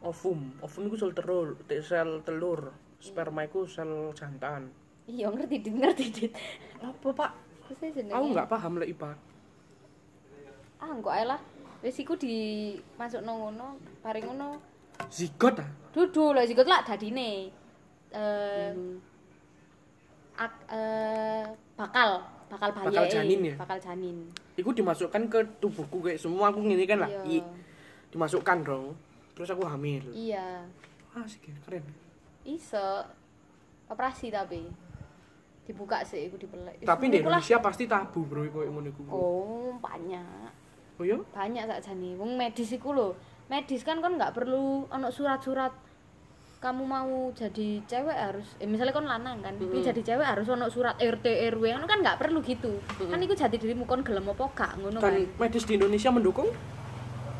Speaker 2: ovum. Ovum itu sel telur, te- sel telur. Sperma itu sel jantan.
Speaker 1: Iya, ngerti dit, ngerti dit.
Speaker 2: Apa, Pak?
Speaker 1: Apa sih jenenge?
Speaker 2: Aku nggak paham lek IPA.
Speaker 1: Ah, engko ae lah. Wis iku dimasukno ngono, paring ngono.
Speaker 2: Zigot ah.
Speaker 1: Dudu lho sikut lak dadine. Eh
Speaker 2: Hmm.
Speaker 1: ak- eh, bakal bakal bayi
Speaker 2: Bakal
Speaker 1: ae,
Speaker 2: janin ya?
Speaker 1: bakal janin.
Speaker 2: Iku dimasukkan ke tubuhku kayak semua aku ngene kan lah.
Speaker 1: Iya.
Speaker 2: I- Dimasukkan dong. Terus aku hamil.
Speaker 1: Iya.
Speaker 2: Asik ya, keren.
Speaker 1: Iso operasi tapi dibuka sih iku dipelek. Is,
Speaker 2: Tapi di
Speaker 1: iku lah.
Speaker 2: Indonesia pasti tabu, Bro, koyo ngono iku. Bro.
Speaker 1: Oh, banyak.
Speaker 2: Oh iya?
Speaker 1: banyak sak wong medis iku lho medis kan kon nggak perlu ono surat-surat kamu mau jadi cewek harus eh, misalnya kon lanang kan Ini jadi cewek harus ono surat RT RW ngono kan nggak perlu gitu kan iku jadi dirimu kon gelem apa gak ngono kan
Speaker 2: Dan medis di Indonesia mendukung?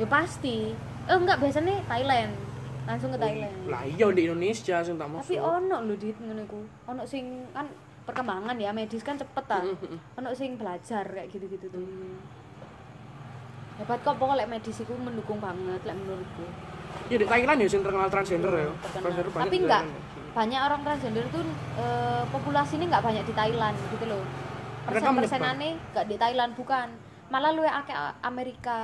Speaker 1: ya pasti eh enggak biasanya Thailand langsung ke Thailand
Speaker 2: Lah iya di Indonesia sing tak
Speaker 1: tapi
Speaker 2: masuk.
Speaker 1: ono lho dit ngono iku ono sing kan perkembangan ya medis kan cepet ta ono sing belajar kayak gitu-gitu tuh hebat kok pokoknya lek medis iku mendukung banget lek menurutku
Speaker 2: Ya di Thailand ya sing terkenal transgender ya.
Speaker 1: Terkenal.
Speaker 2: Transgender banyak ya.
Speaker 1: tapi
Speaker 2: di
Speaker 1: enggak
Speaker 2: Thailand.
Speaker 1: banyak orang transgender tuh eh, populasi ini enggak banyak di Thailand gitu loh
Speaker 2: Mereka
Speaker 1: persen
Speaker 2: menyebar.
Speaker 1: persenannya enggak di Thailand bukan malah luwe akeh Amerika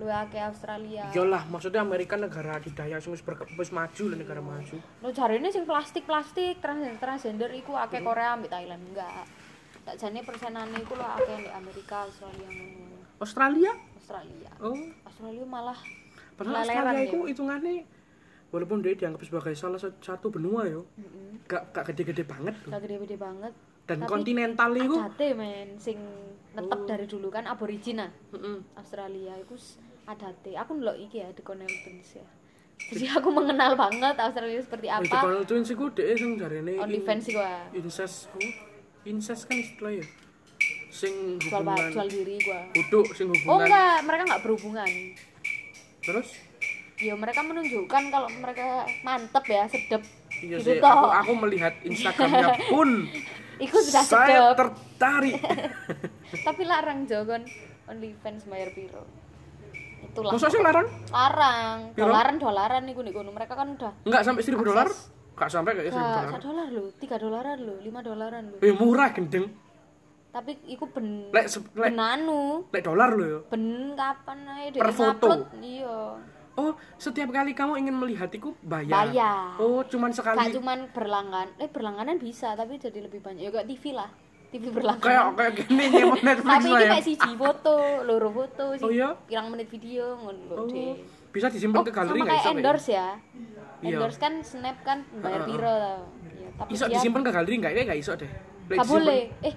Speaker 1: luwe akeh Australia
Speaker 2: Iyalah, maksudnya Amerika negara adidaya sing wis berke- wis maju lah negara maju.
Speaker 1: lo cari sing plastik plastik transgender transgender iku akeh Korea ambek Thailand enggak tak jane persenannya iku lo akeh di Amerika Australia ngono.
Speaker 2: Australia?
Speaker 1: Australia
Speaker 2: Oh.
Speaker 1: Australia malah
Speaker 2: Padahal
Speaker 1: Leleran
Speaker 2: Australia
Speaker 1: ya.
Speaker 2: itu hitungannya walaupun dia dianggap sebagai salah satu benua yo.
Speaker 1: mm
Speaker 2: Gak gak gede-gede banget loh.
Speaker 1: gak gede-gede banget
Speaker 2: Dan
Speaker 1: Tapi
Speaker 2: kontinental itu
Speaker 1: adate men sing
Speaker 2: Oh.
Speaker 1: netep dari dulu kan aborigin ah.
Speaker 2: Heeh.
Speaker 1: Australia iku s- adate. Aku ndelok iki ya The Connectors ya. Jadi aku mengenal banget Australia seperti
Speaker 2: Oh, itu
Speaker 1: apa.
Speaker 2: kalau Twins iku dhek sing jarene
Speaker 1: On
Speaker 2: in-
Speaker 1: defense iku ah.
Speaker 2: incest ku. Incest kan istilah ya. Sing
Speaker 1: Jual ba-
Speaker 2: hubungan
Speaker 1: jual diri gua.
Speaker 2: buduk sing
Speaker 1: Oh
Speaker 2: hubungan
Speaker 1: enggak, mereka enggak berhubungan.
Speaker 2: terus
Speaker 1: Ya mereka menunjukkan kalau mereka mantep ya, sedep.
Speaker 2: Iya
Speaker 1: gitu
Speaker 2: sih, aku,
Speaker 1: toh.
Speaker 2: aku melihat Instagramnya pun
Speaker 1: Iku sudah
Speaker 2: saya
Speaker 1: sedep.
Speaker 2: tertarik.
Speaker 1: Tapi larang jogon OnlyFans bayar piro. Itulah.
Speaker 2: Masa sih larang?
Speaker 1: Larang,
Speaker 2: Piro?
Speaker 1: dolaran dolaran niku niku. Mereka kan udah
Speaker 2: Enggak sampai 1000 dolar? Enggak sampai kayak 1000
Speaker 1: Gak,
Speaker 2: dolar.
Speaker 1: sak dolar lho, tiga dolaran lho, lima dolaran lho.
Speaker 2: Eh murah gendeng.
Speaker 1: Tapi iku ben
Speaker 2: Lek se-
Speaker 1: ben
Speaker 2: lek
Speaker 1: anu,
Speaker 2: lek dolar lo ya.
Speaker 1: ben kapan ae dek
Speaker 2: Per foto.
Speaker 1: ngupload, Iya.
Speaker 2: Oh, setiap kali kamu ingin melihatiku bayar.
Speaker 1: Bayar.
Speaker 2: Oh, cuman
Speaker 1: Gak
Speaker 2: sekali.
Speaker 1: cuman berlanggan, eh berlangganan bisa tapi jadi lebih banyak. Ya kayak TV lah. TV berlangganan.
Speaker 2: Kayak ya. kayak gini nyewa Netflix
Speaker 1: tapi
Speaker 2: lah
Speaker 1: iki
Speaker 2: ya.
Speaker 1: mek siji foto, loro foto, siji
Speaker 2: Oh iya?
Speaker 1: pirang menit video ngono lho,
Speaker 2: Oh,
Speaker 1: Dek.
Speaker 2: bisa disimpan
Speaker 1: Oh,
Speaker 2: ke galeri
Speaker 1: sama
Speaker 2: nggak
Speaker 1: kayak
Speaker 2: iso?
Speaker 1: endorse ya.
Speaker 2: Iya.
Speaker 1: Endorse kan snap kan bayar piro tau. Iya, tapi
Speaker 2: Iso
Speaker 1: dia-
Speaker 2: disimpan ke galeri nggak? Ya nggak iso deh. Lek
Speaker 1: Gak
Speaker 2: disimpen-
Speaker 1: boleh. Eh,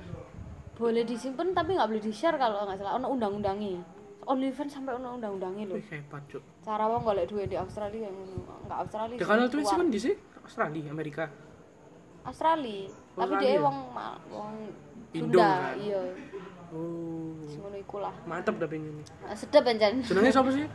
Speaker 1: boleh disimpan tapi nggak boleh di-share kalau nggak salah. Ono undang-undangnya. OnlyFans sampai ono undang-undangnya loh.
Speaker 2: Wih, hebat, Cuk.
Speaker 1: Cara wong golek duit di Australia yang ngono. Nggak Australia.
Speaker 2: Di
Speaker 1: sih,
Speaker 2: kanal Twitch
Speaker 1: luar.
Speaker 2: kan di sini Australia, Amerika.
Speaker 1: Australia. Tapi
Speaker 2: Australia.
Speaker 1: dia wong ma- wong
Speaker 2: Indo
Speaker 1: Sunda,
Speaker 2: kan?
Speaker 1: iya.
Speaker 2: Oh,
Speaker 1: Wis Ngono iku lah.
Speaker 2: mantap tapi ini.
Speaker 1: Nah, Sedep anjan.
Speaker 2: Jenenge siapa sih?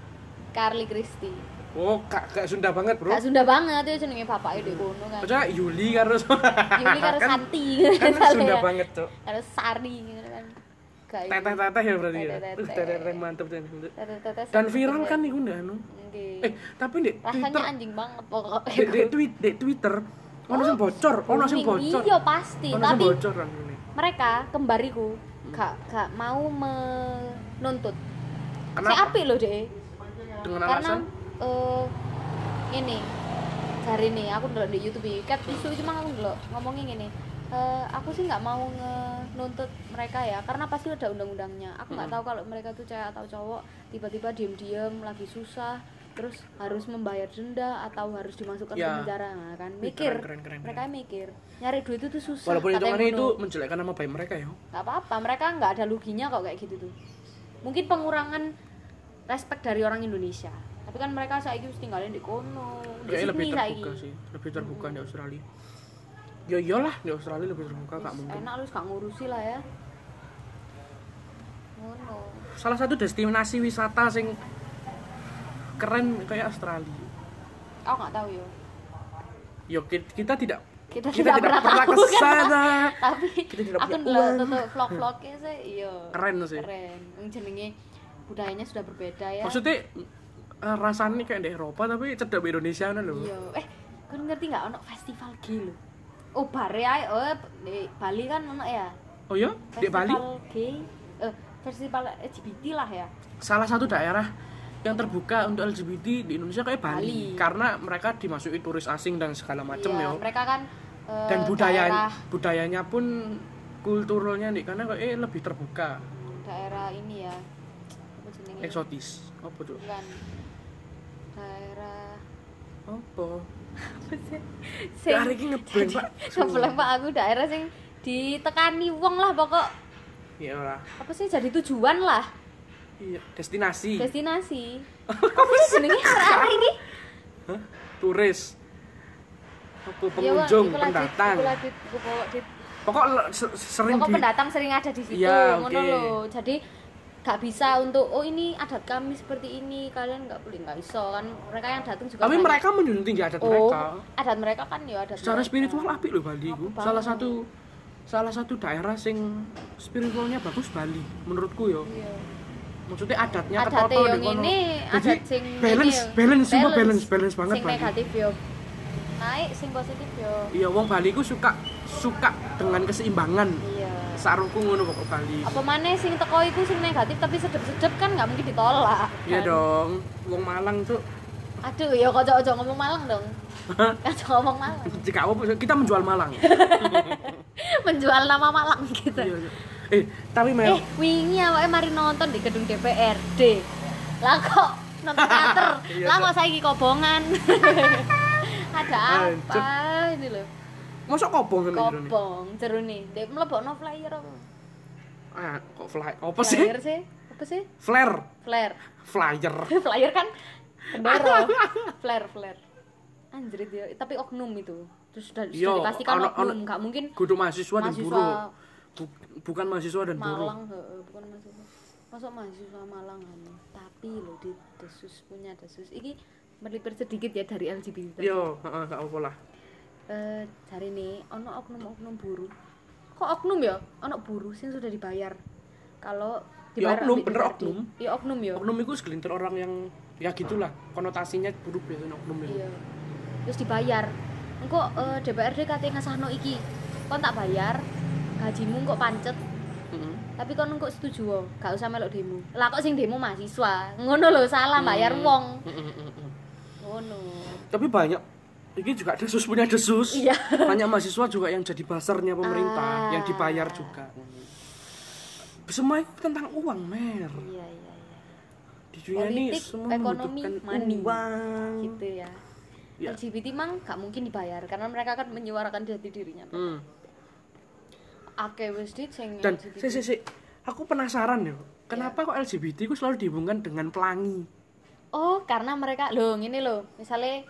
Speaker 1: Carly Christie.
Speaker 2: Oh, kak, kak Sunda banget, Bro.
Speaker 1: Gak Sunda banget itu jenenge bapaknya di kono kan.
Speaker 2: Maksudnya Yuli karo
Speaker 1: Yuli karo
Speaker 2: kan,
Speaker 1: Santi.
Speaker 2: kan
Speaker 1: misalnya
Speaker 2: Sunda
Speaker 1: ya.
Speaker 2: banget, Cuk.
Speaker 1: Karo Sari gitu kan. Gak
Speaker 2: Teteh-teteh ya berarti ya.
Speaker 1: Teteh-teteh.
Speaker 2: Uh, teteh-teteh mantep dan.
Speaker 1: Tetes-tetes.
Speaker 2: Dan viral kan iku ndak anu.
Speaker 1: Nggih.
Speaker 2: Eh, tapi di
Speaker 1: rasanya
Speaker 2: Twitter,
Speaker 1: anjing banget pokoknya
Speaker 2: di, di tweet, di Twitter ono sing bocor, ono sing
Speaker 1: Booming.
Speaker 2: bocor.
Speaker 1: iya pasti
Speaker 2: Ono sing
Speaker 1: tapi
Speaker 2: bocor kan ini.
Speaker 1: mereka kembariku gak gak mau menuntut
Speaker 2: Kenapa?
Speaker 1: saya apik loh deh
Speaker 2: Dengan alasan
Speaker 1: karena eh, ini hari ini aku ndelok di YouTube ya. cat isu cuma aku ndelok ngomongin gini eh, aku sih nggak mau ngenuntut mereka ya karena pasti ada undang-undangnya aku nggak tahu kalau mereka tuh cewek atau cowok tiba-tiba diem-diem lagi susah terus harus membayar denda atau harus dimasukkan ke
Speaker 2: Ya.
Speaker 1: penjara nah, kan
Speaker 2: Wih,
Speaker 1: mikir
Speaker 2: keren, keren, keren,
Speaker 1: mereka mikir nyari duit itu susah
Speaker 2: walaupun
Speaker 1: katanya
Speaker 2: hitungannya itu
Speaker 1: ngono.
Speaker 2: menjelekkan nama baik mereka ya
Speaker 1: nggak apa-apa mereka nggak ada ruginya kok kayak gitu tuh mungkin pengurangan respect dari orang Indonesia tapi kan mereka saiki mesti tinggalin di kono di
Speaker 2: kayaknya lebih
Speaker 1: Sydney Hmm. saiki
Speaker 2: terbuka sih lebih terbuka di Australia ya iyalah di Australia lebih terbuka gak
Speaker 1: Wis,
Speaker 2: mungkin
Speaker 1: enak lu gak ngurusi lah ya ngono
Speaker 2: salah satu destinasi wisata sing keren kayak Australia
Speaker 1: aku nggak tahu yo
Speaker 2: yo ki- kita tidak
Speaker 1: kita,
Speaker 2: kita tidak pernah
Speaker 1: tahu
Speaker 2: ke
Speaker 1: kan.
Speaker 2: sana
Speaker 1: tapi
Speaker 2: Kita tidak
Speaker 1: aku
Speaker 2: punya
Speaker 1: ndelok
Speaker 2: uang.
Speaker 1: tuh vlog-vlognya sih iya
Speaker 2: keren sih
Speaker 1: keren Yang jenenge budayanya sudah berbeda ya
Speaker 2: maksudnya eh, rasanya kayak di Eropa tapi cedak di Indonesia kan loh
Speaker 1: iya eh kan ngerti nggak ono festival gay lho oh bare ae oh di Bali kan ono ya
Speaker 2: oh iya di Bali
Speaker 1: festival gay eh, festival LGBT lah ya
Speaker 2: salah satu daerah yang terbuka untuk LGBT di Indonesia kayak
Speaker 1: Bali.
Speaker 2: Bali, karena mereka dimasuki turis asing dan segala macam
Speaker 1: Iya,
Speaker 2: ya
Speaker 1: mereka kan eh,
Speaker 2: dan budaya
Speaker 1: daerah,
Speaker 2: budayanya pun kulturalnya nih karena kayak eh, lebih terbuka
Speaker 1: daerah ini ya apa jenenge
Speaker 2: eksotis apa tuh
Speaker 1: bukan daerah
Speaker 2: apa
Speaker 1: Sing-
Speaker 2: hari ini ngeblank pak
Speaker 1: Sebelum pak aku daerah sing ditekani wong lah pokok
Speaker 2: iya lah
Speaker 1: apa sih jadi tujuan lah
Speaker 2: iya destinasi
Speaker 1: destinasi apa sih jenenge arek iki
Speaker 2: Hah? turis apa
Speaker 1: Ya, Wak,
Speaker 2: pengunjung
Speaker 1: iku lah, Dit.
Speaker 2: pendatang
Speaker 1: Iku lah, Dit. Iku pokok Dit.
Speaker 2: pokok le- se- sering
Speaker 1: Pokok
Speaker 2: di
Speaker 1: pendatang sering ada di situ
Speaker 2: Iya,
Speaker 1: ngono
Speaker 2: oke.
Speaker 1: lho. Jadi gak bisa untuk oh ini adat kami seperti ini kalian nggak boleh nggak iso kan mereka yang datang juga
Speaker 2: tapi
Speaker 1: banyak.
Speaker 2: mereka menjunjung tinggi adat
Speaker 1: oh
Speaker 2: mereka
Speaker 1: adat mereka kan ya adat
Speaker 2: secara
Speaker 1: mereka.
Speaker 2: spiritual apik loh Bali iku.
Speaker 1: banget.
Speaker 2: salah satu salah satu daerah sing spiritualnya bagus Bali menurutku yo
Speaker 1: Iya.
Speaker 2: maksudnya adatnya
Speaker 1: adat
Speaker 2: tertata
Speaker 1: yang
Speaker 2: di kono.
Speaker 1: ini
Speaker 2: Jadi,
Speaker 1: adat sing ini,
Speaker 2: balance
Speaker 1: ya.
Speaker 2: balance sumpah balance balance banget
Speaker 1: sing
Speaker 2: Bali
Speaker 1: negatif yo naik sing positif ya. yo
Speaker 2: iya wong Bali ku suka suka dengan keseimbangan
Speaker 1: iya
Speaker 2: sarungku ngono pokok Bali
Speaker 1: apa mana sing teko iku sing negatif tapi sedep-sedep kan nggak mungkin ditolak
Speaker 2: iya
Speaker 1: kan?
Speaker 2: dong wong Malang tuh
Speaker 1: aduh ya kocok-kocok ngomong malang dong kocok ngomong malang
Speaker 2: jika apa kita menjual Malang
Speaker 1: menjual nama malang gitu
Speaker 2: Iya, iya. eh tapi Mel
Speaker 1: eh wingi awake mari nonton di gedung DPRD lah kok nonton teater
Speaker 2: Iya,
Speaker 1: lah
Speaker 2: Cok.
Speaker 1: kok saiki kobongan ada apa ini loh
Speaker 2: mosok kobong ngene jero nih?
Speaker 1: kobong jeru nih dia melebokno flyer apa
Speaker 2: ah kok fly apa sih
Speaker 1: flyer sih apa sih
Speaker 2: flare
Speaker 1: flare
Speaker 2: flyer
Speaker 1: flyer kan bendera flare flare anjir dia tapi oknum itu terus sudah, sudah
Speaker 2: Yo,
Speaker 1: dipastikan
Speaker 2: Iya, ono- ono-
Speaker 1: oknum nggak mungkin
Speaker 2: kudu mahasiswa dan
Speaker 1: Mahasiswa.
Speaker 2: buruh Bu- bukan mahasiswa dan buruh
Speaker 1: Malang heeh, bukan mahasiswa masuk mahasiswa Malang anu. tapi lo di desus punya desus ini melipir sedikit ya dari LGBT tadi.
Speaker 2: yo Iya, heeh gak apa lah
Speaker 1: eh hari ini ono oknum oknum buruh kok oknum ya ono buruh sih sudah dibayar kalau
Speaker 2: Ya,
Speaker 1: dibayar
Speaker 2: oknum,
Speaker 1: ambil
Speaker 2: bener
Speaker 1: dibayar di-
Speaker 2: oknum.
Speaker 1: iya oknum ya
Speaker 2: oknum itu segelintir orang yang ya gitulah konotasinya buruk biasanya oknum itu
Speaker 1: iya terus dibayar engko eh, DPRD katanya ngesahno iki kon tak bayar gajimu kok pancet
Speaker 2: Heeh.
Speaker 1: tapi kon engko setuju wo, gak usah melok demo lah kok sing demo mahasiswa ngono lho salah
Speaker 2: Hmm.
Speaker 1: bayar wong
Speaker 2: Heeh, heeh, heeh.
Speaker 1: ngono
Speaker 2: tapi banyak ini juga desus punya desus
Speaker 1: Iya.
Speaker 2: banyak mahasiswa juga yang jadi basernya pemerintah
Speaker 1: Ah.
Speaker 2: yang dibayar juga semua itu tentang uang mer
Speaker 1: iya iya iya
Speaker 2: di dunia ini
Speaker 1: Politik,
Speaker 2: semua
Speaker 1: ekonomi,
Speaker 2: membutuhkan
Speaker 1: money.
Speaker 2: uang
Speaker 1: gitu ya
Speaker 2: Ya.
Speaker 1: LGBT mang gak mungkin dibayar karena mereka kan menyuarakan jati dirinya
Speaker 2: Hmm.
Speaker 1: Ake wis dit sing
Speaker 2: dan
Speaker 1: LGBT.
Speaker 2: si, si, si, aku penasaran ya
Speaker 1: Iya.
Speaker 2: kenapa kok LGBT itu selalu dihubungkan dengan pelangi
Speaker 1: Oh, karena mereka loh ngene loh. Misale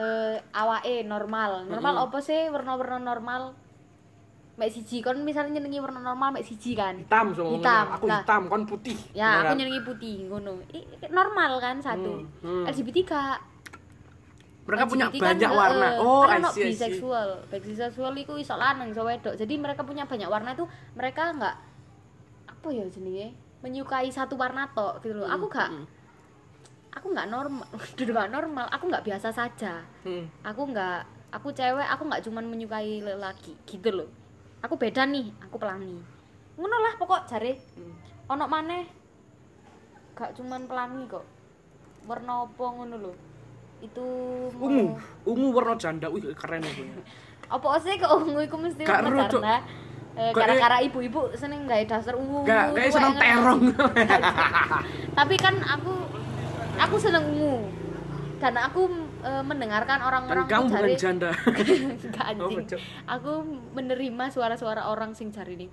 Speaker 1: eh awake normal. Normal apa sih warna-warna normal? Mek siji kon misalnya nyenengi warna normal mek siji kan.
Speaker 2: hitam sama ngomong.
Speaker 1: Hitam,
Speaker 2: aku
Speaker 1: nah.
Speaker 2: hitam kon putih
Speaker 1: Ya, aku
Speaker 2: Beneran.
Speaker 1: nyenengi putih ngono. I- i- Normal kan satu.
Speaker 2: Hmm, hmm.
Speaker 1: LGBT gak.
Speaker 2: mereka punya
Speaker 1: LGBT kan,
Speaker 2: banyak
Speaker 1: eh,
Speaker 2: warna oh
Speaker 1: kan
Speaker 2: I
Speaker 1: ono
Speaker 2: see, I see.
Speaker 1: biseksual. Biseksual iku iso lanang iso wedok. Jadi mereka punya banyak warna itu mereka nggak apa ya jenenge? Menyukai satu warna tok gitu loh. Aku gak
Speaker 2: hmm.
Speaker 1: aku nggak normal. Duduk gak normal, aku nggak biasa saja.
Speaker 2: Hmm.
Speaker 1: aku nggak aku cewek aku nggak cuman menyukai lelaki gitu loh aku beda nih aku pelangi ngono lah pokok jare
Speaker 2: Hmm.
Speaker 1: ono maneh gak cuman pelangi kok warna apa ngono loh itu mau-
Speaker 2: ungu ungu warna janda wih keren ya. itu
Speaker 1: apa sih kok ungu iku mesti
Speaker 2: Gak
Speaker 1: warna
Speaker 2: ero, Cuk.
Speaker 1: karena eh,
Speaker 2: Kayak-
Speaker 1: gara-gara ibu-ibu seneng gawe dasar ungu
Speaker 2: gak kayak
Speaker 1: tuwek
Speaker 2: seneng
Speaker 1: ngono.
Speaker 2: terong
Speaker 1: tapi kan aku aku seneng ungu dan aku eh, mendengarkan
Speaker 2: Kan
Speaker 1: orang-orang
Speaker 2: kamu
Speaker 1: sing
Speaker 2: bukan
Speaker 1: jare-
Speaker 2: janda.
Speaker 1: Enggak, anjing.
Speaker 2: Oh, cok.
Speaker 1: aku menerima suara-suara orang sing jari ini.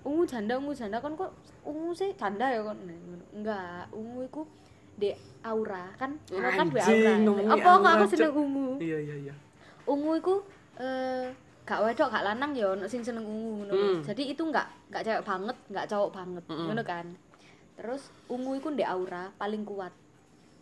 Speaker 1: Ungu janda, ungu janda kon kok ungu sih janda ya kon. Enggak, ungu iku de aura kan. Ungu kan dua aura.
Speaker 2: Anjing, ngomongi
Speaker 1: Apa kok
Speaker 2: aura,
Speaker 1: aku
Speaker 2: Cok.
Speaker 1: seneng ungu?
Speaker 2: Iya iya iya.
Speaker 1: Ungu iku eh gak wedok gak lanang ya ono sing seneng ungu ngono. lho.
Speaker 2: Hmm.
Speaker 1: Jadi itu enggak enggak cewek banget, enggak cowok banget,
Speaker 2: Mm-mm.
Speaker 1: ngono kan. Terus ungu iku ndek aura paling kuat.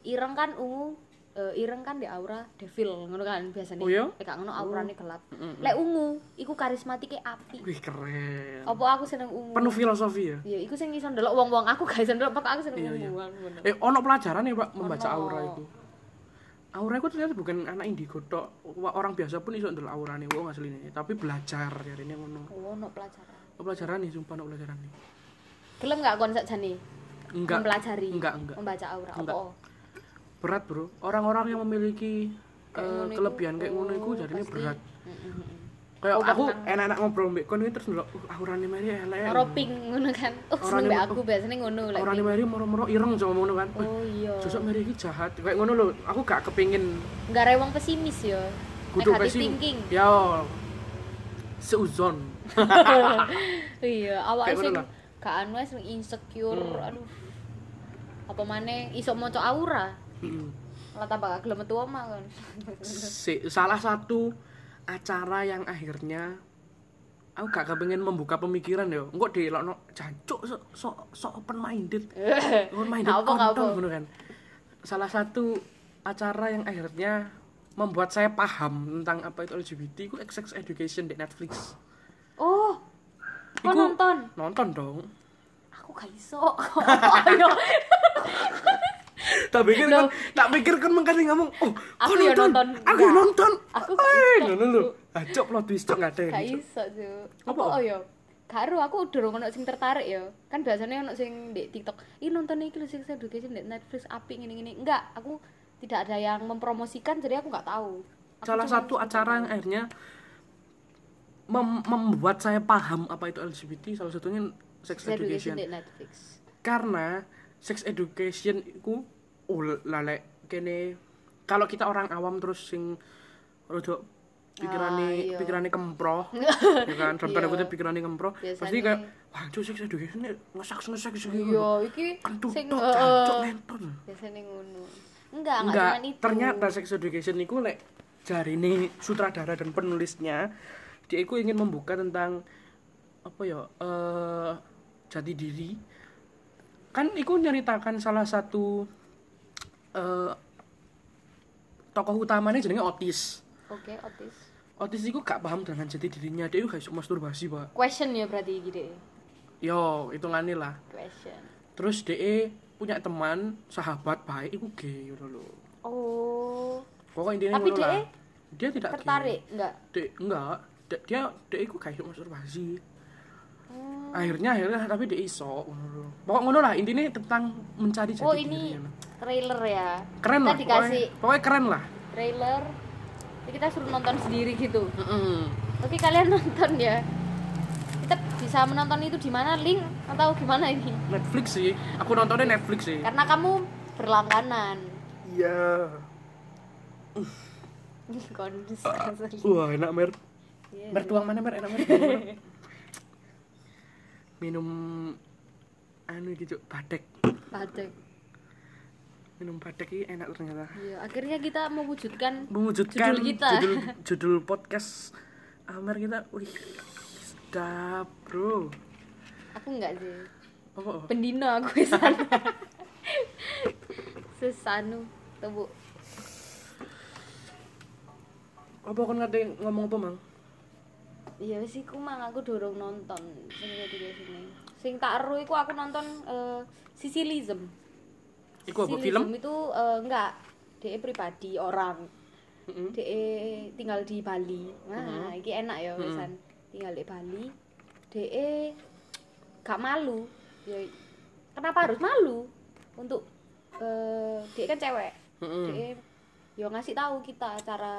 Speaker 1: Ireng kan ungu eh, ireng kan di aura devil ngono kan biasanya.
Speaker 2: Oh Hmm, ya?
Speaker 1: Lek gak ngono aurane gelap.
Speaker 2: Mm-mm.
Speaker 1: Lek ungu iku karismatike api.
Speaker 2: Wih keren.
Speaker 1: Apa aku seneng ungu?
Speaker 2: Penuh filosofi ya.
Speaker 1: Ya iku sing iso ndelok wong-wong aku gak iso ndelok pak aku seneng
Speaker 2: Iya, iya.
Speaker 1: ungu. aku ngono.
Speaker 2: Eh ono pelajaran ya Pak membaca
Speaker 1: Ono.
Speaker 2: aura itu. Aura itu ternyata bukan anak indigo tok. Wa- Orang biasa pun iso ndelok aurane wong asline, tapi belajar jarine ngono.
Speaker 1: Oh, ono pelajaran.
Speaker 2: Pelajaran nih sumpah ono pelajaran nih.
Speaker 1: Gelem gak kon sakjane?
Speaker 2: Enggak.
Speaker 1: Mempelajari.
Speaker 2: Enggak, enggak.
Speaker 1: Membaca aura.
Speaker 2: Enggak.
Speaker 1: Apa?
Speaker 2: Berat, Bro. Orang-orang yang memiliki
Speaker 1: Kayak
Speaker 2: eh,
Speaker 1: ngono iku,
Speaker 2: kelebihan kayak ngono iku
Speaker 1: oh,
Speaker 2: jarine
Speaker 1: pasti. Oh,
Speaker 2: berat.
Speaker 1: Heeh, heeh.
Speaker 2: Kayak
Speaker 1: Obat
Speaker 2: aku
Speaker 1: tenang.
Speaker 2: enak-enak ngobrol mbek kon ini terus ndelok uh, aurane Mary elek.
Speaker 1: Ora pink ngono kan. Oh,
Speaker 2: Aurane
Speaker 1: seneng mbak
Speaker 2: metu.
Speaker 1: aku biasanya ngono lek.
Speaker 2: Aurane
Speaker 1: pink.
Speaker 2: Mary moro-moro ireng sama ngono kan. Wih,
Speaker 1: Oh iya.
Speaker 2: Sosok Mary iki jahat. Kayak ngono lho, aku gak kepingin
Speaker 1: Enggak rewang pesimis ya.
Speaker 2: kudu
Speaker 1: Negative
Speaker 2: pesi.
Speaker 1: thinking.
Speaker 2: Ya. Seuzon.
Speaker 1: iya, awake
Speaker 2: Kayak
Speaker 1: sing
Speaker 2: ngono lah.
Speaker 1: gak anu sing insecure,
Speaker 2: Hmm.
Speaker 1: aduh. Apa maneh iso maca aura?
Speaker 2: Mm-mm.
Speaker 1: Lah tambah gak gelem metu omah kan.
Speaker 2: Si- salah satu acara yang akhirnya aku gak kepengen membuka pemikiran ya engkok di lokno jancuk sok sok sok open minded open minded
Speaker 1: Gak apa, gak
Speaker 2: kontol,
Speaker 1: apa.
Speaker 2: ngono kan salah satu acara yang akhirnya membuat saya paham tentang apa itu LGBT itu XX Education di Netflix
Speaker 1: Oh. Kok
Speaker 2: Iku-
Speaker 1: nonton?
Speaker 2: nonton dong
Speaker 1: Aku gak iso. Oh, iya.
Speaker 2: tak pikir kan tak pikir kan makanya ngomong oh
Speaker 1: Aku
Speaker 2: kok
Speaker 1: ya nonton.
Speaker 2: aku ya
Speaker 1: Enggak.
Speaker 2: nonton
Speaker 1: Aku gak
Speaker 2: eh
Speaker 1: iso,
Speaker 2: ngono lho Ah, cok plot twist cok gak ada gitu.
Speaker 1: Gak
Speaker 2: ini, cok.
Speaker 1: iso, Cuk.
Speaker 2: Apa?
Speaker 1: Apa oh ya? Gak ero, aku durung ono sing tertarik ya. Kan biasanya ono sing di TikTok, "Ih, nonton iki lho Sex Education di Netflix apik ngene-ngene." Enggak, aku tidak ada yang mempromosikan jadi aku nggak tahu. Aku
Speaker 2: salah
Speaker 1: cuma-
Speaker 2: satu acara yang akhirnya mem- membuat saya paham apa itu LGBT salah satunya sex
Speaker 1: Sex Education
Speaker 2: education
Speaker 1: di Netflix.
Speaker 2: karena sex education itu oh lalek kene kalau kita orang awam terus sing rodok pikirane
Speaker 1: Ah, iya.
Speaker 2: pikirane kemproh ya kan dalam tanda
Speaker 1: Iya.
Speaker 2: kutip pikirane kemproh pasti
Speaker 1: Biasanya-
Speaker 2: kayak wah itu sex education ini ngesak ngesak
Speaker 1: Iya, iki
Speaker 2: kentut
Speaker 1: sing eh,
Speaker 2: tok
Speaker 1: heeh.
Speaker 2: jancuk menton
Speaker 1: biasanya ngono. Enggak, enggak
Speaker 2: Enggak,
Speaker 1: cuman itu.
Speaker 2: ternyata sex education itu lek jarine sutradara dan penulisnya dia itu ingin membuka tentang apa ya eh jati diri kan itu nyeritakan salah satu eh tokoh utamanya jenenge Otis
Speaker 1: Oke, otis.
Speaker 2: Otis itu gak paham dengan jati dirinya dia itu gak iso masturbasi pak
Speaker 1: Question ya berarti iki deh.
Speaker 2: yo hitungannya lah
Speaker 1: Question.
Speaker 2: terus dia punya teman sahabat baik itu gay gitu loh
Speaker 1: Oh,
Speaker 2: pokoknya intinya
Speaker 1: Tapi
Speaker 2: ngono
Speaker 1: dia
Speaker 2: lah. dia tidak gay.
Speaker 1: tertarik enggak?
Speaker 2: Dek, enggak Dek, dia dia iku kayak masturbasi akhirnya akhirnya tapi dia iso ngono lho. pokok ngono lah intinya tentang mencari jati
Speaker 1: Oh,
Speaker 2: diri
Speaker 1: ini
Speaker 2: ngono.
Speaker 1: trailer ya.
Speaker 2: keren
Speaker 1: Kita
Speaker 2: lah pokoknya,
Speaker 1: dikasih
Speaker 2: pokoknya keren lah
Speaker 1: trailer. Jadi kita suruh nonton sendiri gitu.
Speaker 2: Mm-mm.
Speaker 1: Tapi kalian nonton ya. Kita bisa menonton itu di mana link atau gimana ini?
Speaker 2: Netflix sih aku nontonnya Netflix sih
Speaker 1: Karena kamu berlangganan.
Speaker 2: iya
Speaker 1: Kondisi.
Speaker 2: wah enak mer
Speaker 1: Iya.
Speaker 2: mer tuang mana mer enak mer tuang mana? minum anu gitu badek
Speaker 1: Padek.
Speaker 2: minum badek ini enak ternyata
Speaker 1: Iya, akhirnya kita mewujudkan
Speaker 2: mewujudkan
Speaker 1: Judul kita.
Speaker 2: judul, judul podcast Amer kita wih sedap bro
Speaker 1: aku enggak sih.
Speaker 2: apa apa?
Speaker 1: Pendino aku isan. Sesanu tebu.
Speaker 2: apa kan ngerti ngomong apa mang
Speaker 1: Iya sih ku mang aku dorong nonton sing tadi di sini. Sing tak eru iku aku nonton eh, Sicilism.
Speaker 2: Iku apa,
Speaker 1: Sicilism
Speaker 2: film?
Speaker 1: itu eh, enggak DE pribadi orang.
Speaker 2: Mm-mm.
Speaker 1: DE tinggal di Bali. Nah, iki enak ya wisan. Tinggal di Bali. DE gak malu. Ya kenapa harus malu? Untuk eh DE kan cewek.
Speaker 2: Mm-mm.
Speaker 1: DE yo ngasih tahu kita cara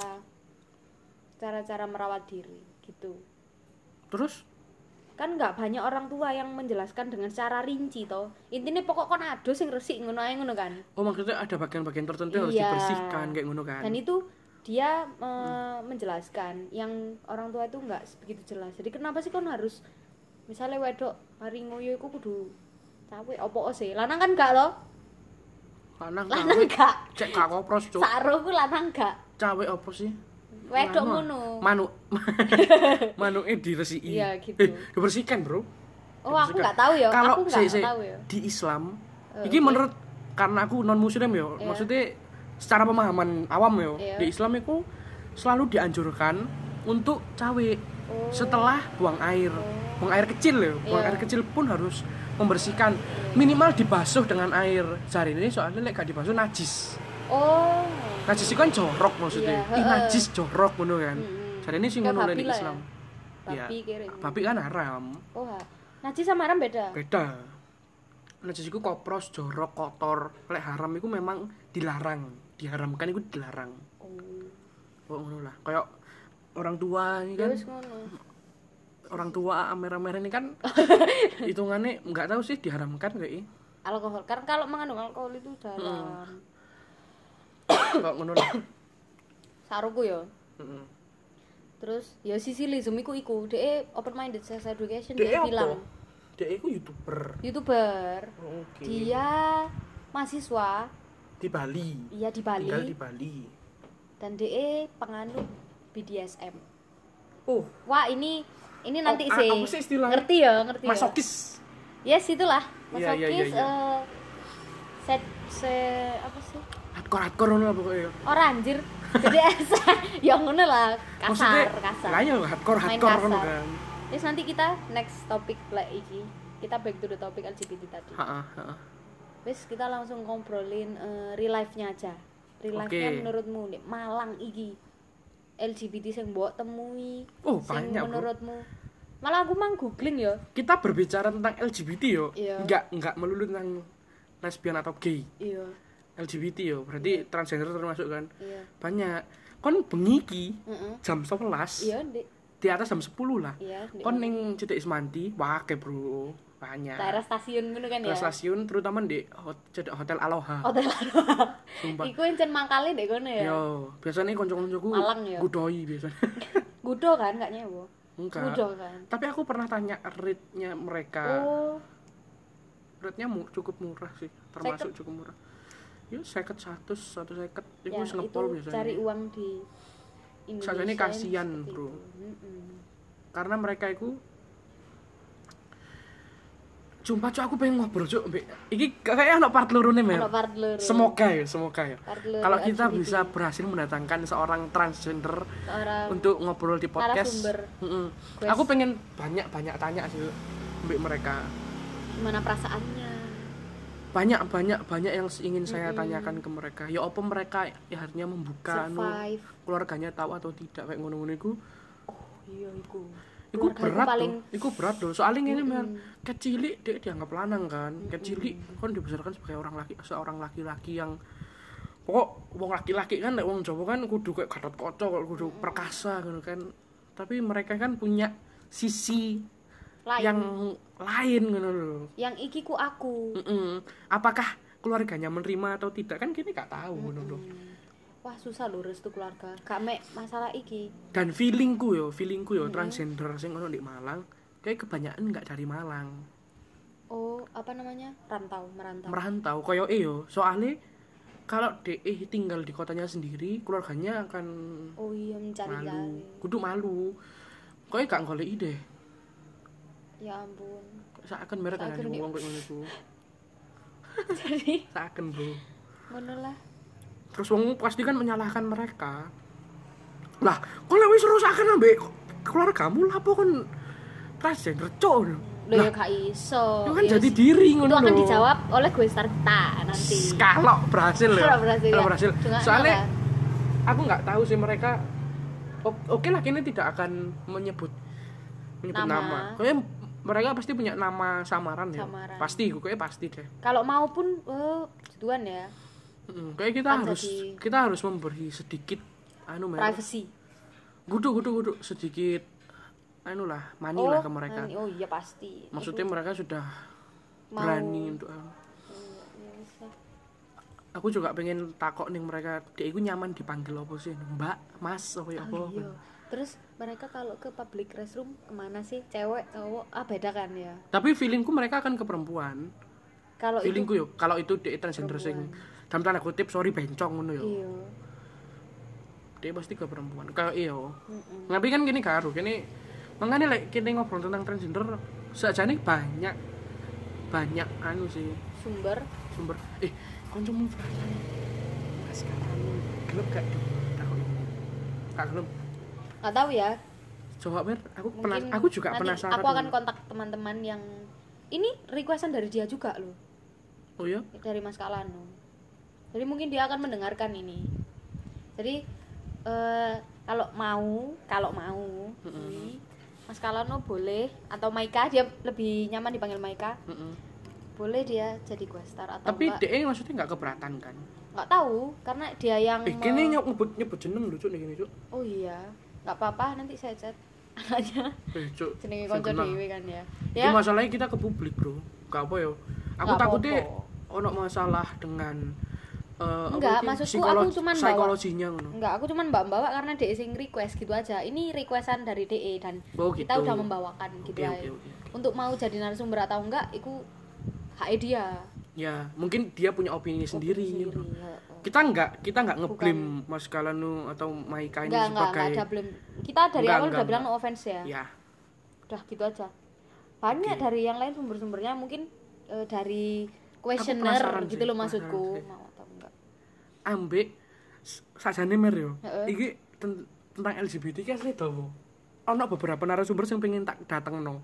Speaker 1: cara-cara merawat diri gitu.
Speaker 2: terus
Speaker 1: kan nggak banyak orang tua yang menjelaskan dengan secara rinci toh intinya pokok kon ado sing resik ngono ae ngono kan
Speaker 2: oh maksudnya ada bagian-bagian tertentu yang harus
Speaker 1: Iya.
Speaker 2: dibersihkan kayak ngono kan Hmm.
Speaker 1: dan itu dia eh, menjelaskan yang orang tua itu nggak begitu jelas jadi kenapa sih kon harus misalnya wedok mari ngoyo iku kudu cawe opo sih lanang kan gak loh
Speaker 2: lanang
Speaker 1: lanang
Speaker 2: cawe
Speaker 1: gak
Speaker 2: cek gak kopros cuk
Speaker 1: saro ku lanang gak
Speaker 2: cawe apa sih
Speaker 1: wedok
Speaker 2: Lanang.
Speaker 1: ngono
Speaker 2: manuk manuknya diresiki
Speaker 1: Iya, gitu.
Speaker 2: eh, dibersihkan
Speaker 1: oh
Speaker 2: bro
Speaker 1: aku
Speaker 2: Dibersihkan.
Speaker 1: nggak tahu ya
Speaker 2: kalau
Speaker 1: aku
Speaker 2: sik,
Speaker 1: nggak
Speaker 2: sik,
Speaker 1: tahu ya
Speaker 2: di Islam
Speaker 1: Eh,
Speaker 2: ini
Speaker 1: oke.
Speaker 2: menurut karena aku non muslim ya
Speaker 1: Iya.
Speaker 2: maksudnya secara pemahaman awam ya
Speaker 1: Iya.
Speaker 2: di Islam itu selalu dianjurkan untuk cawe
Speaker 1: Oh.
Speaker 2: setelah buang air buang air kecil ya buang
Speaker 1: Iya.
Speaker 2: air kecil pun harus membersihkan minimal dibasuh dengan air sehari ini soalnya lek gak dibasuh najis
Speaker 1: oh
Speaker 2: najis itu kan jorok maksudnya
Speaker 1: Iya,
Speaker 2: Ih,
Speaker 1: heeh.
Speaker 2: najis jorok ngono kan
Speaker 1: Mm-mm.
Speaker 2: Jadi ini sih
Speaker 1: Kayak
Speaker 2: ngono lek
Speaker 1: babi lah
Speaker 2: di
Speaker 1: ya.
Speaker 2: Islam Iya.
Speaker 1: babi kere
Speaker 2: babi kan haram
Speaker 1: oh ha. najis sama haram beda
Speaker 2: beda najis iku kopros jorok kotor lek haram iku memang dilarang diharamkan iku dilarang
Speaker 1: oh
Speaker 2: kok ngono lah kaya orang tua ini
Speaker 1: ya
Speaker 2: kan
Speaker 1: wis ngono
Speaker 2: orang tua amer-amer ini kan hitungannya nggak tahu sih diharamkan kayak
Speaker 1: alkohol karena kalau mengandung alkohol itu dalam
Speaker 2: Hmm. kok ngono lah
Speaker 1: saruku ya
Speaker 2: Heeh.
Speaker 1: terus ya sisilism iku iku deh open minded sex education
Speaker 2: Dek
Speaker 1: dia
Speaker 2: apa?
Speaker 1: bilang
Speaker 2: Dek iku youtuber
Speaker 1: youtuber
Speaker 2: oke
Speaker 1: dia mahasiswa
Speaker 2: di Bali
Speaker 1: iya di Bali
Speaker 2: tinggal di Bali
Speaker 1: dan DE penganut BDSM
Speaker 2: oh
Speaker 1: wah ini ini nanti
Speaker 2: Oh, ah,
Speaker 1: sih
Speaker 2: apa sih istilahnya?
Speaker 1: ngerti ya ngerti ya
Speaker 2: masokis
Speaker 1: yes itulah
Speaker 2: Iya, iya, iya,
Speaker 1: masokis
Speaker 2: iya.
Speaker 1: eh, set se apa sih
Speaker 2: hardcore hardcore ngono lah pokoknya
Speaker 1: orang anjir jadi ya ngono lah kasar kasar
Speaker 2: lah ya hardcore
Speaker 1: Main
Speaker 2: hardcore ngono
Speaker 1: kasar.
Speaker 2: kan
Speaker 1: Terus nanti kita next topik lah iki. Kita back to the topik LGBT tadi.
Speaker 2: Heeh, heeh.
Speaker 1: Wes kita langsung ngobrolin eh, real life-nya aja. Real life-nya
Speaker 2: Oke.
Speaker 1: menurutmu nek Malang iki LGBT sing mbok temui.
Speaker 2: Oh,
Speaker 1: sing
Speaker 2: banyak, Bro.
Speaker 1: menurutmu. Malah aku mang googling ya.
Speaker 2: kita berbicara tentang LGBT yo
Speaker 1: Iya.
Speaker 2: nggak nggak melulu tentang lesbian atau gay
Speaker 1: Iya,
Speaker 2: LGBT yo berarti transgender termasuk kan
Speaker 1: iya.
Speaker 2: banyak kon bengi ki
Speaker 1: Heeh.
Speaker 2: jam 11
Speaker 1: Iya, Dik.
Speaker 2: di atas jam 10 lah
Speaker 1: Iya, Dik.
Speaker 2: kon ning Cedek Ismanti wake bro banyak
Speaker 1: daerah stasiun ngono kan ya. Oh,
Speaker 2: Daerah stasiun terutama di hot, Cedek hotel Aloha
Speaker 1: Hotel
Speaker 2: sumpah
Speaker 1: Iku encen mangkale ndek kono ya.
Speaker 2: yo biasanya konco-koncoku
Speaker 1: Malang yo.
Speaker 2: gudoi biasanya
Speaker 1: Gudo kan gak nyewa.
Speaker 2: enggak
Speaker 1: Gudo kan.
Speaker 2: tapi aku pernah tanya rate-nya mereka
Speaker 1: Oh,
Speaker 2: rate-nya mu- cukup murah sih termasuk cukup murah ya seket satu satu seket itu
Speaker 1: ya, itu
Speaker 2: ngepol biasanya
Speaker 1: cari uang di Indonesia
Speaker 2: Saat ini kasihan,
Speaker 1: seperti itu.
Speaker 2: Bro.
Speaker 1: Mm-mm.
Speaker 2: karena mereka itu jumpa cuk aku pengen ngobrol cuk Mbak. iki kayaknya anak part lurune
Speaker 1: Ono
Speaker 2: Mel
Speaker 1: part loro.
Speaker 2: semoga ya semoga ya
Speaker 1: Part loro
Speaker 2: kalau kita
Speaker 1: LGBT.
Speaker 2: bisa berhasil mendatangkan seorang transgender
Speaker 1: Seorang-
Speaker 2: untuk ngobrol di podcast
Speaker 1: narasumber.
Speaker 2: Mm-mm.
Speaker 1: Quest.
Speaker 2: aku pengen banyak banyak tanya sih Mbak mereka
Speaker 1: gimana perasaannya
Speaker 2: banyak banyak banyak yang ingin saya tanyakan ke mereka ya apa mereka ya akhirnya membuka anu,
Speaker 1: survive
Speaker 2: keluarganya tahu atau tidak kayak ngono-ngono iku
Speaker 1: iya iku
Speaker 2: iku
Speaker 1: Keluarga
Speaker 2: berat
Speaker 1: paling
Speaker 2: loh iku berat loh soalnya ini men kecilik dia dianggap lanang kan kecilik kan dibesarkan sebagai orang laki seorang laki-laki yang pokok wong laki-laki kan nek wong Jawa kan kudu kayak gatot kaca kudu perkasa gitu kan tapi mereka kan punya sisi
Speaker 1: lain yang
Speaker 2: yang lain gitu loh
Speaker 1: iki ku aku
Speaker 2: Mm-mm. apakah keluarganya menerima atau tidak kan kita nggak
Speaker 1: Oh,
Speaker 2: tahu gitu loh
Speaker 1: wah susah lho restu keluarga gak mek masalah iki
Speaker 2: dan feelingku yo feelingku
Speaker 1: Iya.
Speaker 2: yo transgender sing ono di Malang kayak kebanyakan nggak dari Malang
Speaker 1: oh apa namanya rantau merantau
Speaker 2: merantau koyo e yo soalnya kalau de tinggal di kotanya sendiri keluarganya akan
Speaker 1: oh iya mencari
Speaker 2: malu
Speaker 1: cari
Speaker 2: kudu malu koyo gak golek ide
Speaker 1: ya ampun
Speaker 2: seakan merek kan
Speaker 1: Seakan,
Speaker 2: wong koyo ngono iku
Speaker 1: jadi
Speaker 2: seakan bro
Speaker 1: ngono lah
Speaker 2: terus wong pasti kan menyalahkan mereka lah kok lewis rusakan ambek keluargamu lah apa kan transgender cok
Speaker 1: lo ya gak iso
Speaker 2: itu kan
Speaker 1: Ya
Speaker 2: jadi
Speaker 1: wis.
Speaker 2: diri ngono
Speaker 1: itu akan
Speaker 2: lho.
Speaker 1: dijawab oleh gue Starta nanti
Speaker 2: kalau berhasil ya
Speaker 1: Kalau berhasil, ya. Cuma
Speaker 2: soalnya
Speaker 1: kenapa?
Speaker 2: aku nggak tahu sih mereka o- oke lah kini tidak akan menyebut menyebut
Speaker 1: Nama.
Speaker 2: nama, Kayaknya mereka pasti punya nama samaran ya
Speaker 1: Samaran.
Speaker 2: pasti kayaknya pasti deh
Speaker 1: kalau mau pun eh tuan ya
Speaker 2: Mm, kayak kita
Speaker 1: Kan
Speaker 2: harus
Speaker 1: jadi-
Speaker 2: kita harus memberi sedikit anu Mel.
Speaker 1: privacy
Speaker 2: gudu gudu gudu sedikit anu lah mani lah ke mereka
Speaker 1: nani. Oh iya pasti.
Speaker 2: maksudnya mereka sudah
Speaker 1: Mau. Oh, iya,
Speaker 2: berani untuk anu. aku juga pengen takok nih mereka dia itu nyaman dipanggil apa sih mbak mas apa ya apa
Speaker 1: Oh, iya. Terus mereka kalau ke public restroom kemana sih? Cewek, cowok, ah beda kan ya.
Speaker 2: tapi feelingku mereka akan ke perempuan
Speaker 1: Kalau itu
Speaker 2: feelingku yo kalau itu dia transgender sing dalam tanda kutip sorry bencong ngono yo
Speaker 1: iya.
Speaker 2: dia pasti ke perempuan kayak iyo tapi kan gini karo gini makanya like kita ngobrol tentang transgender sajane banyak banyak anu sih
Speaker 1: Sumber
Speaker 2: sumber eh kancamu Frasa mas karanu gelap gak dong takut gak gelap
Speaker 1: nggak tahu ya.
Speaker 2: coba mir aku penas
Speaker 1: Mungkin
Speaker 2: aku juga
Speaker 1: nanti
Speaker 2: penasaran
Speaker 1: Aku akan kontak teman-teman yang ini requestan dari dia juga loh,
Speaker 2: oh ya
Speaker 1: dari Mas Kalano. Jadi mungkin dia akan mendengarkan ini. Jadi eh, kalau mau, kalau mau, ini, Mas Kalano boleh atau Maika dia lebih nyaman dipanggil Maika.
Speaker 2: Mm-mm.
Speaker 1: Boleh dia jadi gue star atau
Speaker 2: tapi
Speaker 1: enggak?
Speaker 2: DE maksudnya nggak keberatan kan
Speaker 1: nggak tahu karena dia yang
Speaker 2: eh
Speaker 1: me-
Speaker 2: gini nyok nyebut nyebut jeneng lucu nih gini cuk
Speaker 1: oh iya nggak apa-apa nanti saya chat anaknya
Speaker 2: eh cuk
Speaker 1: jenenge
Speaker 2: sing
Speaker 1: konco
Speaker 2: kena.
Speaker 1: dewi kan ya
Speaker 2: itu
Speaker 1: ya
Speaker 2: masalahnya kita ke publik bro gak apa ya aku
Speaker 1: Nggak
Speaker 2: takutnya
Speaker 1: apa-apa.
Speaker 2: ono masalah dengan eh, apa
Speaker 1: Nggak,
Speaker 2: sih,
Speaker 1: maksudku
Speaker 2: psikolo-
Speaker 1: aku cuman bawa-
Speaker 2: psikologinya ngono
Speaker 1: nggak aku cuman mbak bawa karena DE sing request gitu aja ini requestan dari DE dan
Speaker 2: Oh,
Speaker 1: kita
Speaker 2: gitu.
Speaker 1: udah membawakan gitu
Speaker 2: Oke,
Speaker 1: aja
Speaker 2: oke, oke.
Speaker 1: untuk mau jadi narasumber atau enggak itu hak dia
Speaker 2: ya mungkin dia punya opini sendiri,
Speaker 1: Opini
Speaker 2: gitu.
Speaker 1: sendiri, ya.
Speaker 2: kita nggak kita nggak ngeblim Mas Kalanu atau Maika ini
Speaker 1: nggak nggak nggak
Speaker 2: sebagai
Speaker 1: ada belum kita dari
Speaker 2: Nggak,
Speaker 1: awal
Speaker 2: nggak,
Speaker 1: udah bilang no
Speaker 2: nggak.
Speaker 1: offense ya
Speaker 2: ya
Speaker 1: udah gitu aja banyak dari yang lain sumber-sumbernya mungkin eh, dari
Speaker 2: penasaran
Speaker 1: kuesioner
Speaker 2: sih,
Speaker 1: gitu loh
Speaker 2: penasaran
Speaker 1: maksudku
Speaker 2: sih.
Speaker 1: mau atau enggak
Speaker 2: ambek s- sajane mer yo.
Speaker 1: Heeh.
Speaker 2: Iki ten- tentang LGBT ki asli to. Bu. Ono beberapa narasumber yang pengen tak datengno.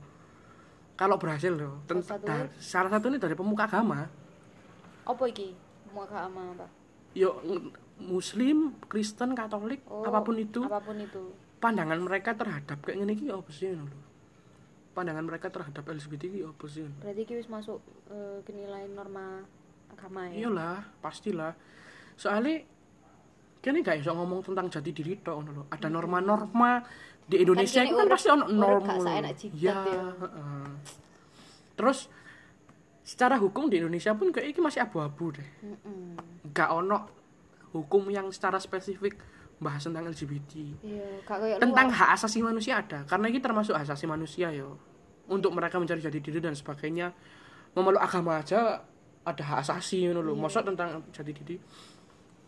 Speaker 2: Kalau berhasil loh. Ten-
Speaker 1: Salah satu-
Speaker 2: da- salah satunya dari pemuka agama.
Speaker 1: apa iki mau agama apa
Speaker 2: Yo ng- Muslim, Kristen, Katolik,
Speaker 1: Oh,
Speaker 2: apapun itu,
Speaker 1: apapun itu
Speaker 2: pandangan mereka terhadap kayak ngene iki ya apa sih ngono lho. Pandangan mereka terhadap LGBT ki ya apa sih? ngono.
Speaker 1: berarti iki wis masuk eh, ke nilai norma agama ya
Speaker 2: Iyalah, pastilah. Soalnya kene gak iso ngomong tentang jati diri tok ngono lho. Ada norma-norma di Indonesia
Speaker 1: kene
Speaker 2: itu kan
Speaker 1: urip-
Speaker 2: pasti ono
Speaker 1: urip
Speaker 2: norma.
Speaker 1: gak
Speaker 2: ngono.
Speaker 1: seenak jidat
Speaker 2: ya.
Speaker 1: ya.
Speaker 2: heeh. Terus secara hukum di Indonesia pun kayak iki masih abu-abu deh.
Speaker 1: Mm-mm.
Speaker 2: Gak ono hukum yang secara spesifik bahas tentang LGBT.
Speaker 1: iya gak kayak
Speaker 2: Tentang hak asasi manusia ada, karena ini termasuk hak asasi manusia yo. Untuk mereka mencari jati diri dan sebagainya. Memeluk agama aja ada hak asasi ngono lho. Mosok tentang jati diri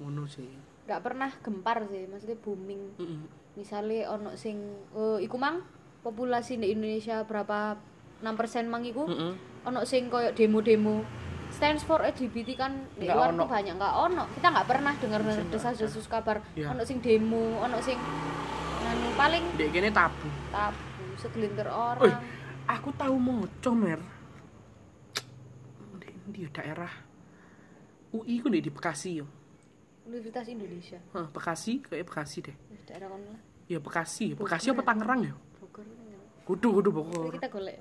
Speaker 2: ngono sih.
Speaker 1: gak pernah gempar sih maksudnya booming
Speaker 2: Mm-mm.
Speaker 1: misalnya ono sing eh, iku mang populasi di Indonesia berapa 6% mang iku
Speaker 2: Mm-mm.
Speaker 1: ono sing koyo demo-demo stands for LGBT kan di
Speaker 2: Nggak
Speaker 1: luar
Speaker 2: ono.
Speaker 1: tuh banyak nggak ono kita nggak pernah dengar desas-desus kabar
Speaker 2: Iya.
Speaker 1: ono sing demo ono sing nganu paling
Speaker 2: Dek kene tabu.
Speaker 1: tabu segelintir
Speaker 2: Oi,
Speaker 1: orang
Speaker 2: aku tahu moco mer. Di, di daerah UI ku ndek di Bekasi yo.
Speaker 1: Universitas Indonesia
Speaker 2: Hah, Bekasi, kayak Bekasi deh.
Speaker 1: Eh, daerah kono lah
Speaker 2: Ya Bekasi, Bekasi apa Tangerang ya?
Speaker 1: Bogor kan.
Speaker 2: Kudu kudu
Speaker 1: Tapi
Speaker 2: Bogor.
Speaker 1: kita golek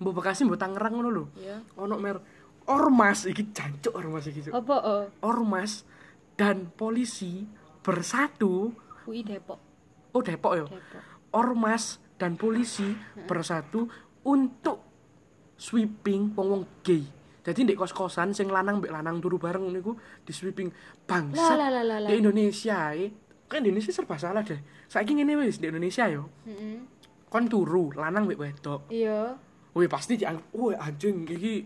Speaker 2: Mbok Bekasi mbok Tangerang ngono lho.
Speaker 1: ya
Speaker 2: Ono mer ormas iki jancuk ormas iki. Cuk.
Speaker 1: apa oh
Speaker 2: Ormas dan polisi bersatu.
Speaker 1: UI Depok
Speaker 2: Oh Depok yo.
Speaker 1: Depok
Speaker 2: Ormas dan polisi bersatu untuk sweeping wong-wong gay. Jadi ndek kos-kosan sing lanang mbek lanang turu bareng ngono iku di sweeping bangsat.
Speaker 1: Lah, lah, lah, lah, lah.
Speaker 2: Di Indonesia e kan di Indonesia serba salah deh. Saiki ngene wis di Indonesia yo.
Speaker 1: Mm-mm.
Speaker 2: Kon turu lanang mbek wedok.
Speaker 1: iya
Speaker 2: Wih pasti dianggap, wih anjing iki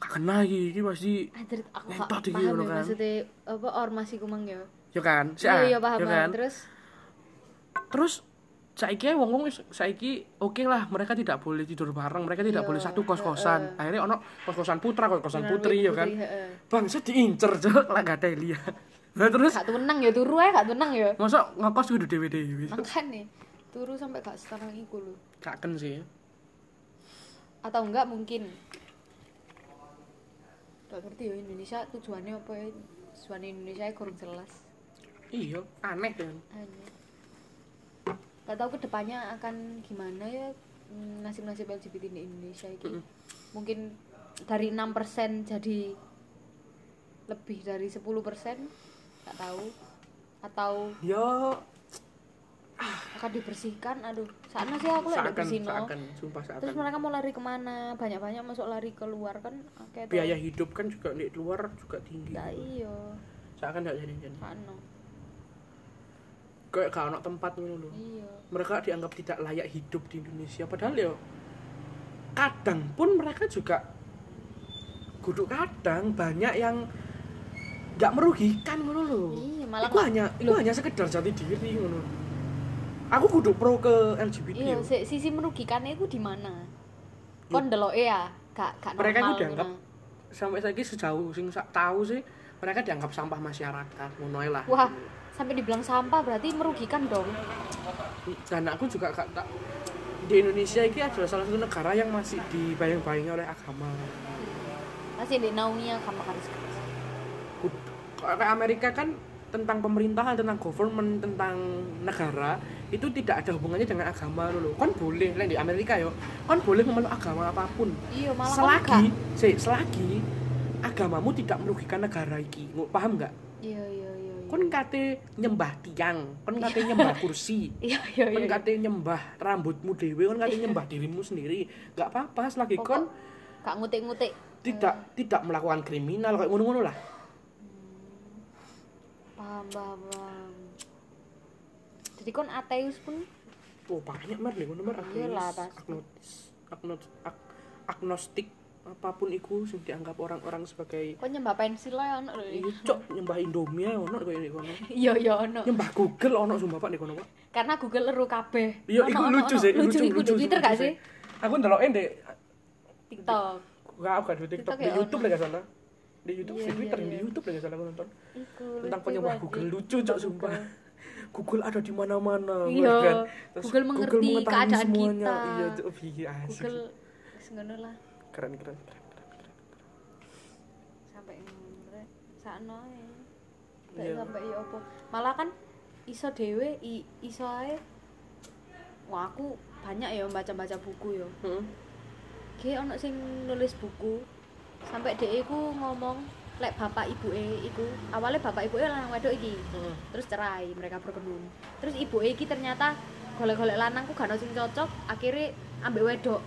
Speaker 2: gak kena iki, iki pasti
Speaker 1: anjir aku gak
Speaker 2: Ngentot iki
Speaker 1: paham
Speaker 2: ngono
Speaker 1: ya
Speaker 2: kan.
Speaker 1: maksudnya apa ormas iku mang ya
Speaker 2: ya kan? Sik, ah?
Speaker 1: iya iya paham
Speaker 2: Ya
Speaker 1: paham. terus
Speaker 2: terus saiki ae wong-wong wis- saiki oke lah mereka tidak boleh tidur bareng mereka tidak
Speaker 1: Iya,
Speaker 2: boleh satu kos-kosan akhirnya ono kos-kosan putra kos-kosan putri ya kan
Speaker 1: heeh.
Speaker 2: bangsa diincer jek lah gak ada Elia nah terus
Speaker 1: gak tenang ya turu ae gak tenang ya
Speaker 2: masa ngekos kudu dewe-dewe
Speaker 1: makanya turu sampai gak sekarang iku lho
Speaker 2: gak ken sih
Speaker 1: atau enggak mungkin gak ngerti ya Indonesia tujuannya apa ya tujuan Indonesia ya kurang jelas
Speaker 2: iya aneh kan
Speaker 1: Aneh. gak tahu kedepannya akan gimana ya mm, nasib-nasib LGBT di Indonesia ini mungkin dari 6% jadi lebih dari 10% gak tahu atau
Speaker 2: yo
Speaker 1: akan dibersihkan aduh sana sih aku lagi
Speaker 2: seakan
Speaker 1: bersino
Speaker 2: seakan sumpah seakan
Speaker 1: terus mereka mau lari kemana banyak banyak masuk lari keluar kan akeh tuh.
Speaker 2: biaya hidup kan juga di luar juga tinggi
Speaker 1: Lah iya
Speaker 2: seakan nggak jadi jadi
Speaker 1: sakno
Speaker 2: kayak gak ada tempat ngono lho.
Speaker 1: iya
Speaker 2: mereka dianggap tidak layak hidup di Indonesia padahal ya kadang pun mereka juga kudu kadang banyak yang nggak merugikan ngono lho.
Speaker 1: iya malah
Speaker 2: Iku hanya iku hanya sekedar jati diri ngono. Aku kudu pro ke LGBT.
Speaker 1: iya
Speaker 2: yo.
Speaker 1: si- sisi merugikannya itu di mana kon ndeloke ya gak gak
Speaker 2: Iya. Mereka
Speaker 1: normal
Speaker 2: itu dianggap
Speaker 1: ngono.
Speaker 2: sampai saiki sejauh sing sak tahu sih mereka dianggap sampah masyarakat ngono ae lah.
Speaker 1: wah sampai dibilang sampah berarti merugikan dong
Speaker 2: Dan aku juga gak tak di Indonesia ini adalah salah satu negara yang masih dibayang-bayangi oleh agama.
Speaker 1: masih di naungi agama harus keras
Speaker 2: Kudu- Kayak Amerika kan tentang pemerintahan, tentang government, tentang negara itu tidak ada hubungannya dengan agama dulu. Kan boleh, lah di Amerika yo, kan boleh memeluk agama apapun.
Speaker 1: iya malah kon
Speaker 2: selagi
Speaker 1: gak-
Speaker 2: sih, selagi agamamu tidak merugikan negara iki Ngu- paham nggak
Speaker 1: iya iya iya iya.
Speaker 2: kon kate nyembah tiang kon kate nyembah kursi
Speaker 1: iya iya
Speaker 2: kon
Speaker 1: iya
Speaker 2: kate nyembah rambutmu dewe kon kate nyembah dirimu sendiri nggak apa-apa selagi
Speaker 1: Pokok-
Speaker 2: kon
Speaker 1: gak ngutik-ngutik eh.
Speaker 2: tidak tidak melakukan kriminal kayak ngono-ngono lah
Speaker 1: Hmm. paham paham paham jadi kon ateus pun
Speaker 2: oh banyak mer nih ngono mer
Speaker 1: Iyalah, pasti.
Speaker 2: agnosis agnotis agnos ag- agnostik apapun iku sing dianggap orang-orang sebagai
Speaker 1: kon nyembah pensil lah ono lho.
Speaker 2: Iya, cok nyembah Indomie ono koyo ngene kono.
Speaker 1: iya iya ono
Speaker 2: Nyembah Google ono sumpah Pak nek kono. Pak.
Speaker 1: karena Google leru kabeh
Speaker 2: Iya,
Speaker 1: Ono,
Speaker 2: iku
Speaker 1: ono,
Speaker 2: lucu
Speaker 1: ono.
Speaker 2: sih,
Speaker 1: lucu iku di Twitter
Speaker 2: sumpah
Speaker 1: gak sih
Speaker 2: Aku ndeloke ndek
Speaker 1: TikTok
Speaker 2: gak aku gak di TikTok,
Speaker 1: TikTok
Speaker 2: di
Speaker 1: ya
Speaker 2: YouTube lah gak salah. Di YouTube,
Speaker 1: Iya,
Speaker 2: di
Speaker 1: iya,
Speaker 2: Twitter, di
Speaker 1: iya.
Speaker 2: YouTube lah gak salah aku nonton.
Speaker 1: iku
Speaker 2: Tentang
Speaker 1: lucu
Speaker 2: penyembah
Speaker 1: banget.
Speaker 2: Google lucu cok sumpah. Google ada di mana-mana.
Speaker 1: Iya.
Speaker 2: kan? Terus
Speaker 1: Google mengerti
Speaker 2: mengetahui
Speaker 1: keadaan
Speaker 2: semuanya.
Speaker 1: kita.
Speaker 2: Iya, cok, iya, asik.
Speaker 1: Google wis ngono lah
Speaker 2: Keren, keren, keren. keren, keren.
Speaker 1: sampai ngono rek. sakno ae Kayak
Speaker 2: Iya.
Speaker 1: sampai ya opo malah kan iso dhewe i- iso ae wah aku banyak ya baca-baca buku ya
Speaker 2: Heeh.
Speaker 1: Ki ono sing nulis buku. Sampai dhek iku ngomong lek bapak ibuke iku awalnya bapak ibuke lanang wedok iki.
Speaker 2: Heeh.
Speaker 1: Terus cerai, mereka berkebun. Terus ibuke iki ternyata golek-golek lanang ku gak ono sing cocok, akhirnya ambek wedok.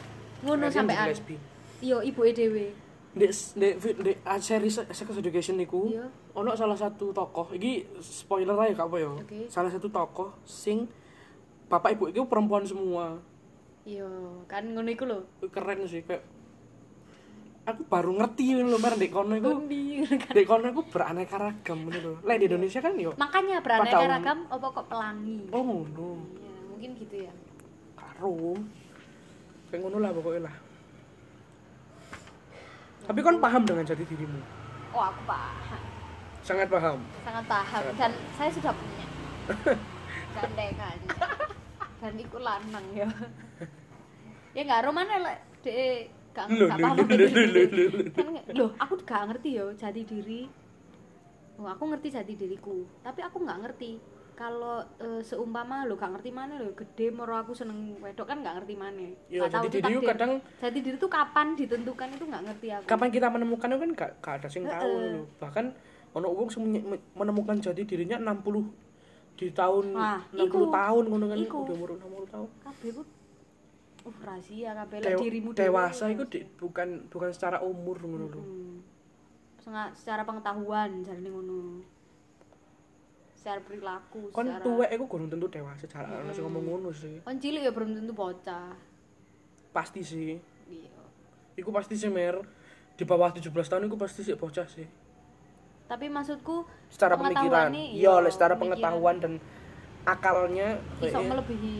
Speaker 1: Ngono
Speaker 2: Akhirnya
Speaker 1: sampean.
Speaker 2: jadi lesbi.
Speaker 1: Iya, ibuke dhewe.
Speaker 2: Di, di, di, di ah, series Sex Education niku
Speaker 1: Iya.
Speaker 2: ono salah satu tokoh iki spoiler aja kak apa ya
Speaker 1: Oke.
Speaker 2: salah satu tokoh sing bapak ibu itu perempuan semua
Speaker 1: Iya, kan ngono iku lho.
Speaker 2: keren sih kayak aku baru ngerti loh mer di kono itu
Speaker 1: Zombie, ngono kan.
Speaker 2: di kono itu beraneka ragam gitu loh lah di
Speaker 1: Iya.
Speaker 2: Indonesia kan yo
Speaker 1: Makanya
Speaker 2: Pada
Speaker 1: beraneka
Speaker 2: umum-
Speaker 1: ragam apa kok pelangi.
Speaker 2: oh ngono
Speaker 1: Iya, mungkin gitu ya.
Speaker 2: karo kayak ngono lah pokoknya lah tapi kon paham dengan jati dirimu
Speaker 1: Oh, aku paham.
Speaker 2: sangat paham
Speaker 1: sangat paham
Speaker 2: Sangat
Speaker 1: dan saya sudah punya gandengan dan ikut lanang ya ya nggak Roman lek de gak
Speaker 2: Loh,
Speaker 1: gak
Speaker 2: loh,
Speaker 1: paham
Speaker 2: loh,
Speaker 1: jati
Speaker 2: loh,
Speaker 1: diri.
Speaker 2: loh, loh, loh.
Speaker 1: kan nge- loh aku gak ngerti ya jati diri Wah, aku ngerti jati diriku tapi aku nggak ngerti kalau eh, seumpama lo gak ngerti mana lo gede moro aku seneng wedok kan nggak ngerti mana
Speaker 2: Iya,
Speaker 1: Nggak tahu
Speaker 2: jati
Speaker 1: itu
Speaker 2: diri
Speaker 1: takdir.
Speaker 2: kadang-
Speaker 1: jati diri tuh kapan ditentukan itu nggak ngerti aku
Speaker 2: kapan kita menemukan itu kan gak, gak ada sing tahu
Speaker 1: Heeh.
Speaker 2: lho. bahkan ono wong sing menye- men- menemukan jati dirinya 60 di tahun
Speaker 1: Wah,
Speaker 2: 60
Speaker 1: iku.
Speaker 2: tahun ngono kan
Speaker 1: Iku.
Speaker 2: udah umur 60 tahun
Speaker 1: kabeh ku uh rahasia kabeh lek
Speaker 2: Dew-
Speaker 1: dirimu dhewe.
Speaker 2: dewasa itu di- bukan bukan secara umur ngono lho
Speaker 1: Hmm. Senga- secara pengetahuan jarane ngono secara perilaku
Speaker 2: kon
Speaker 1: secara
Speaker 2: tuwek iku gurung tentu dewasa secara ono sing ngomong ngono sih
Speaker 1: kon cilik ya belum tentu bocah
Speaker 2: pasti sih
Speaker 1: iya
Speaker 2: iku pasti sih mer di bawah 17 tahun iku pasti sih bocah sih
Speaker 1: tapi maksudku
Speaker 2: secara pengetahuan
Speaker 1: pengetahuannya,
Speaker 2: iya lek secara
Speaker 1: pemikiran.
Speaker 2: pengetahuan dan akalnya
Speaker 1: iso
Speaker 2: eh, kayaknya-
Speaker 1: melebihi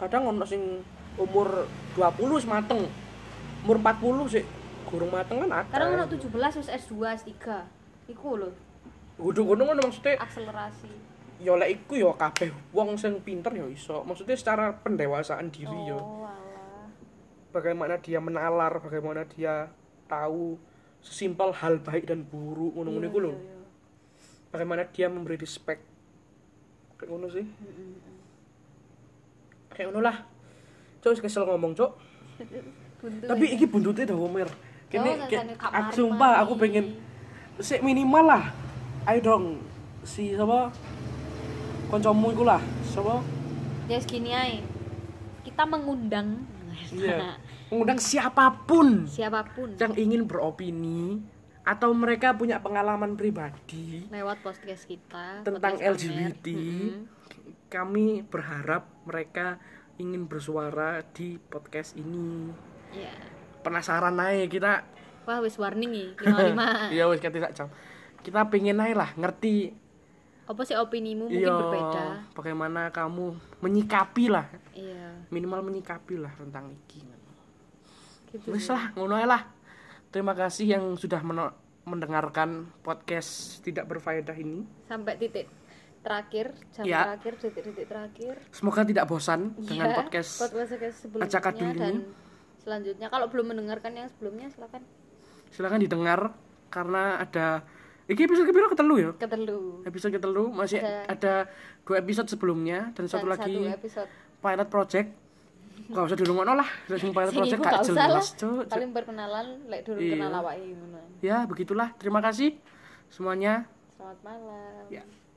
Speaker 2: kadang ono sing umur 20 wis mateng. Umur 40 sih gurung mateng kan akeh.
Speaker 1: kadang ono 17 wis S2 S3 iku lho
Speaker 2: Kudu ngono ngono maksudnya
Speaker 1: akselerasi
Speaker 2: ya lek iku ya kabeh wong sing pinter ya iso. Maksudnya secara pendewasaan diri ya.
Speaker 1: oh alah
Speaker 2: Bagaimana dia menalar, bagaimana dia tahu sesimpel hal baik dan buruk ngono-ngono
Speaker 1: Iya,
Speaker 2: iku lho.
Speaker 1: iya, iya.
Speaker 2: Bagaimana dia memberi respect. Kayak ngono sih.
Speaker 1: Mm-mm.
Speaker 2: Kayak ngono lah. Cok wis kesel ngomong, Cok.
Speaker 1: Buntu
Speaker 2: Tapi
Speaker 1: ya.
Speaker 2: iki buntutnya dah Omer. Kene
Speaker 1: Oh,
Speaker 2: ke-
Speaker 1: sesane Kak
Speaker 2: aku
Speaker 1: Mari,
Speaker 2: sumpah
Speaker 1: Mari.
Speaker 2: aku pengen sik minimal lah. Ayo dong si sapa kancamu iku lah, sapa
Speaker 1: ya segini aja kita mengundang
Speaker 2: Iya. Mengundang siapapun
Speaker 1: siapapun
Speaker 2: yang ingin beropini atau mereka punya pengalaman pribadi
Speaker 1: lewat podcast kita
Speaker 2: tentang
Speaker 1: podcast Amer.
Speaker 2: LGBT.
Speaker 1: Mm-mm.
Speaker 2: Kami berharap mereka ingin bersuara di podcast ini.
Speaker 1: Iya.
Speaker 2: Penasaran aja kita.
Speaker 1: wah wis warning ya lima lima
Speaker 2: Iya wes kata tak jam. Kita pengen aja lah ngerti
Speaker 1: apa sih opinimu mungkin
Speaker 2: iya,
Speaker 1: berbeda
Speaker 2: bagaimana kamu menyikapi lah
Speaker 1: iya
Speaker 2: minimal menyikapi lah tentang iki.
Speaker 1: gitu
Speaker 2: Wes lah ngono ae lah. Terima kasih yang sudah meno- mendengarkan podcast tidak berfaedah ini.
Speaker 1: sampai titik terakhir jam
Speaker 2: Iya.
Speaker 1: terakhir titik-titik terakhir
Speaker 2: Semoga tidak bosan dengan
Speaker 1: Iya,
Speaker 2: podcast
Speaker 1: podcast sebelumnya
Speaker 2: Acakadu ini.
Speaker 1: dan selanjutnya kalau belum mendengarkan yang sebelumnya silakan
Speaker 2: silakan didengar karena ada iki episode kepiro ketelu ya
Speaker 1: ketelu
Speaker 2: episode ketelu masih
Speaker 1: Ada.
Speaker 2: ada dua episode sebelumnya dan, satu
Speaker 1: Dan
Speaker 2: lagi
Speaker 1: satu episode
Speaker 2: pilot project gak usah dirungokno lah langsung pilot
Speaker 1: Sing
Speaker 2: project
Speaker 1: iku
Speaker 2: gak
Speaker 1: gak usah lah.
Speaker 2: jelas Cuk. Cuk.
Speaker 1: paling berkenalan lek dulu
Speaker 2: Iya.
Speaker 1: kenal awake ngono
Speaker 2: ya begitulah terima kasih semuanya
Speaker 1: selamat malam
Speaker 2: ya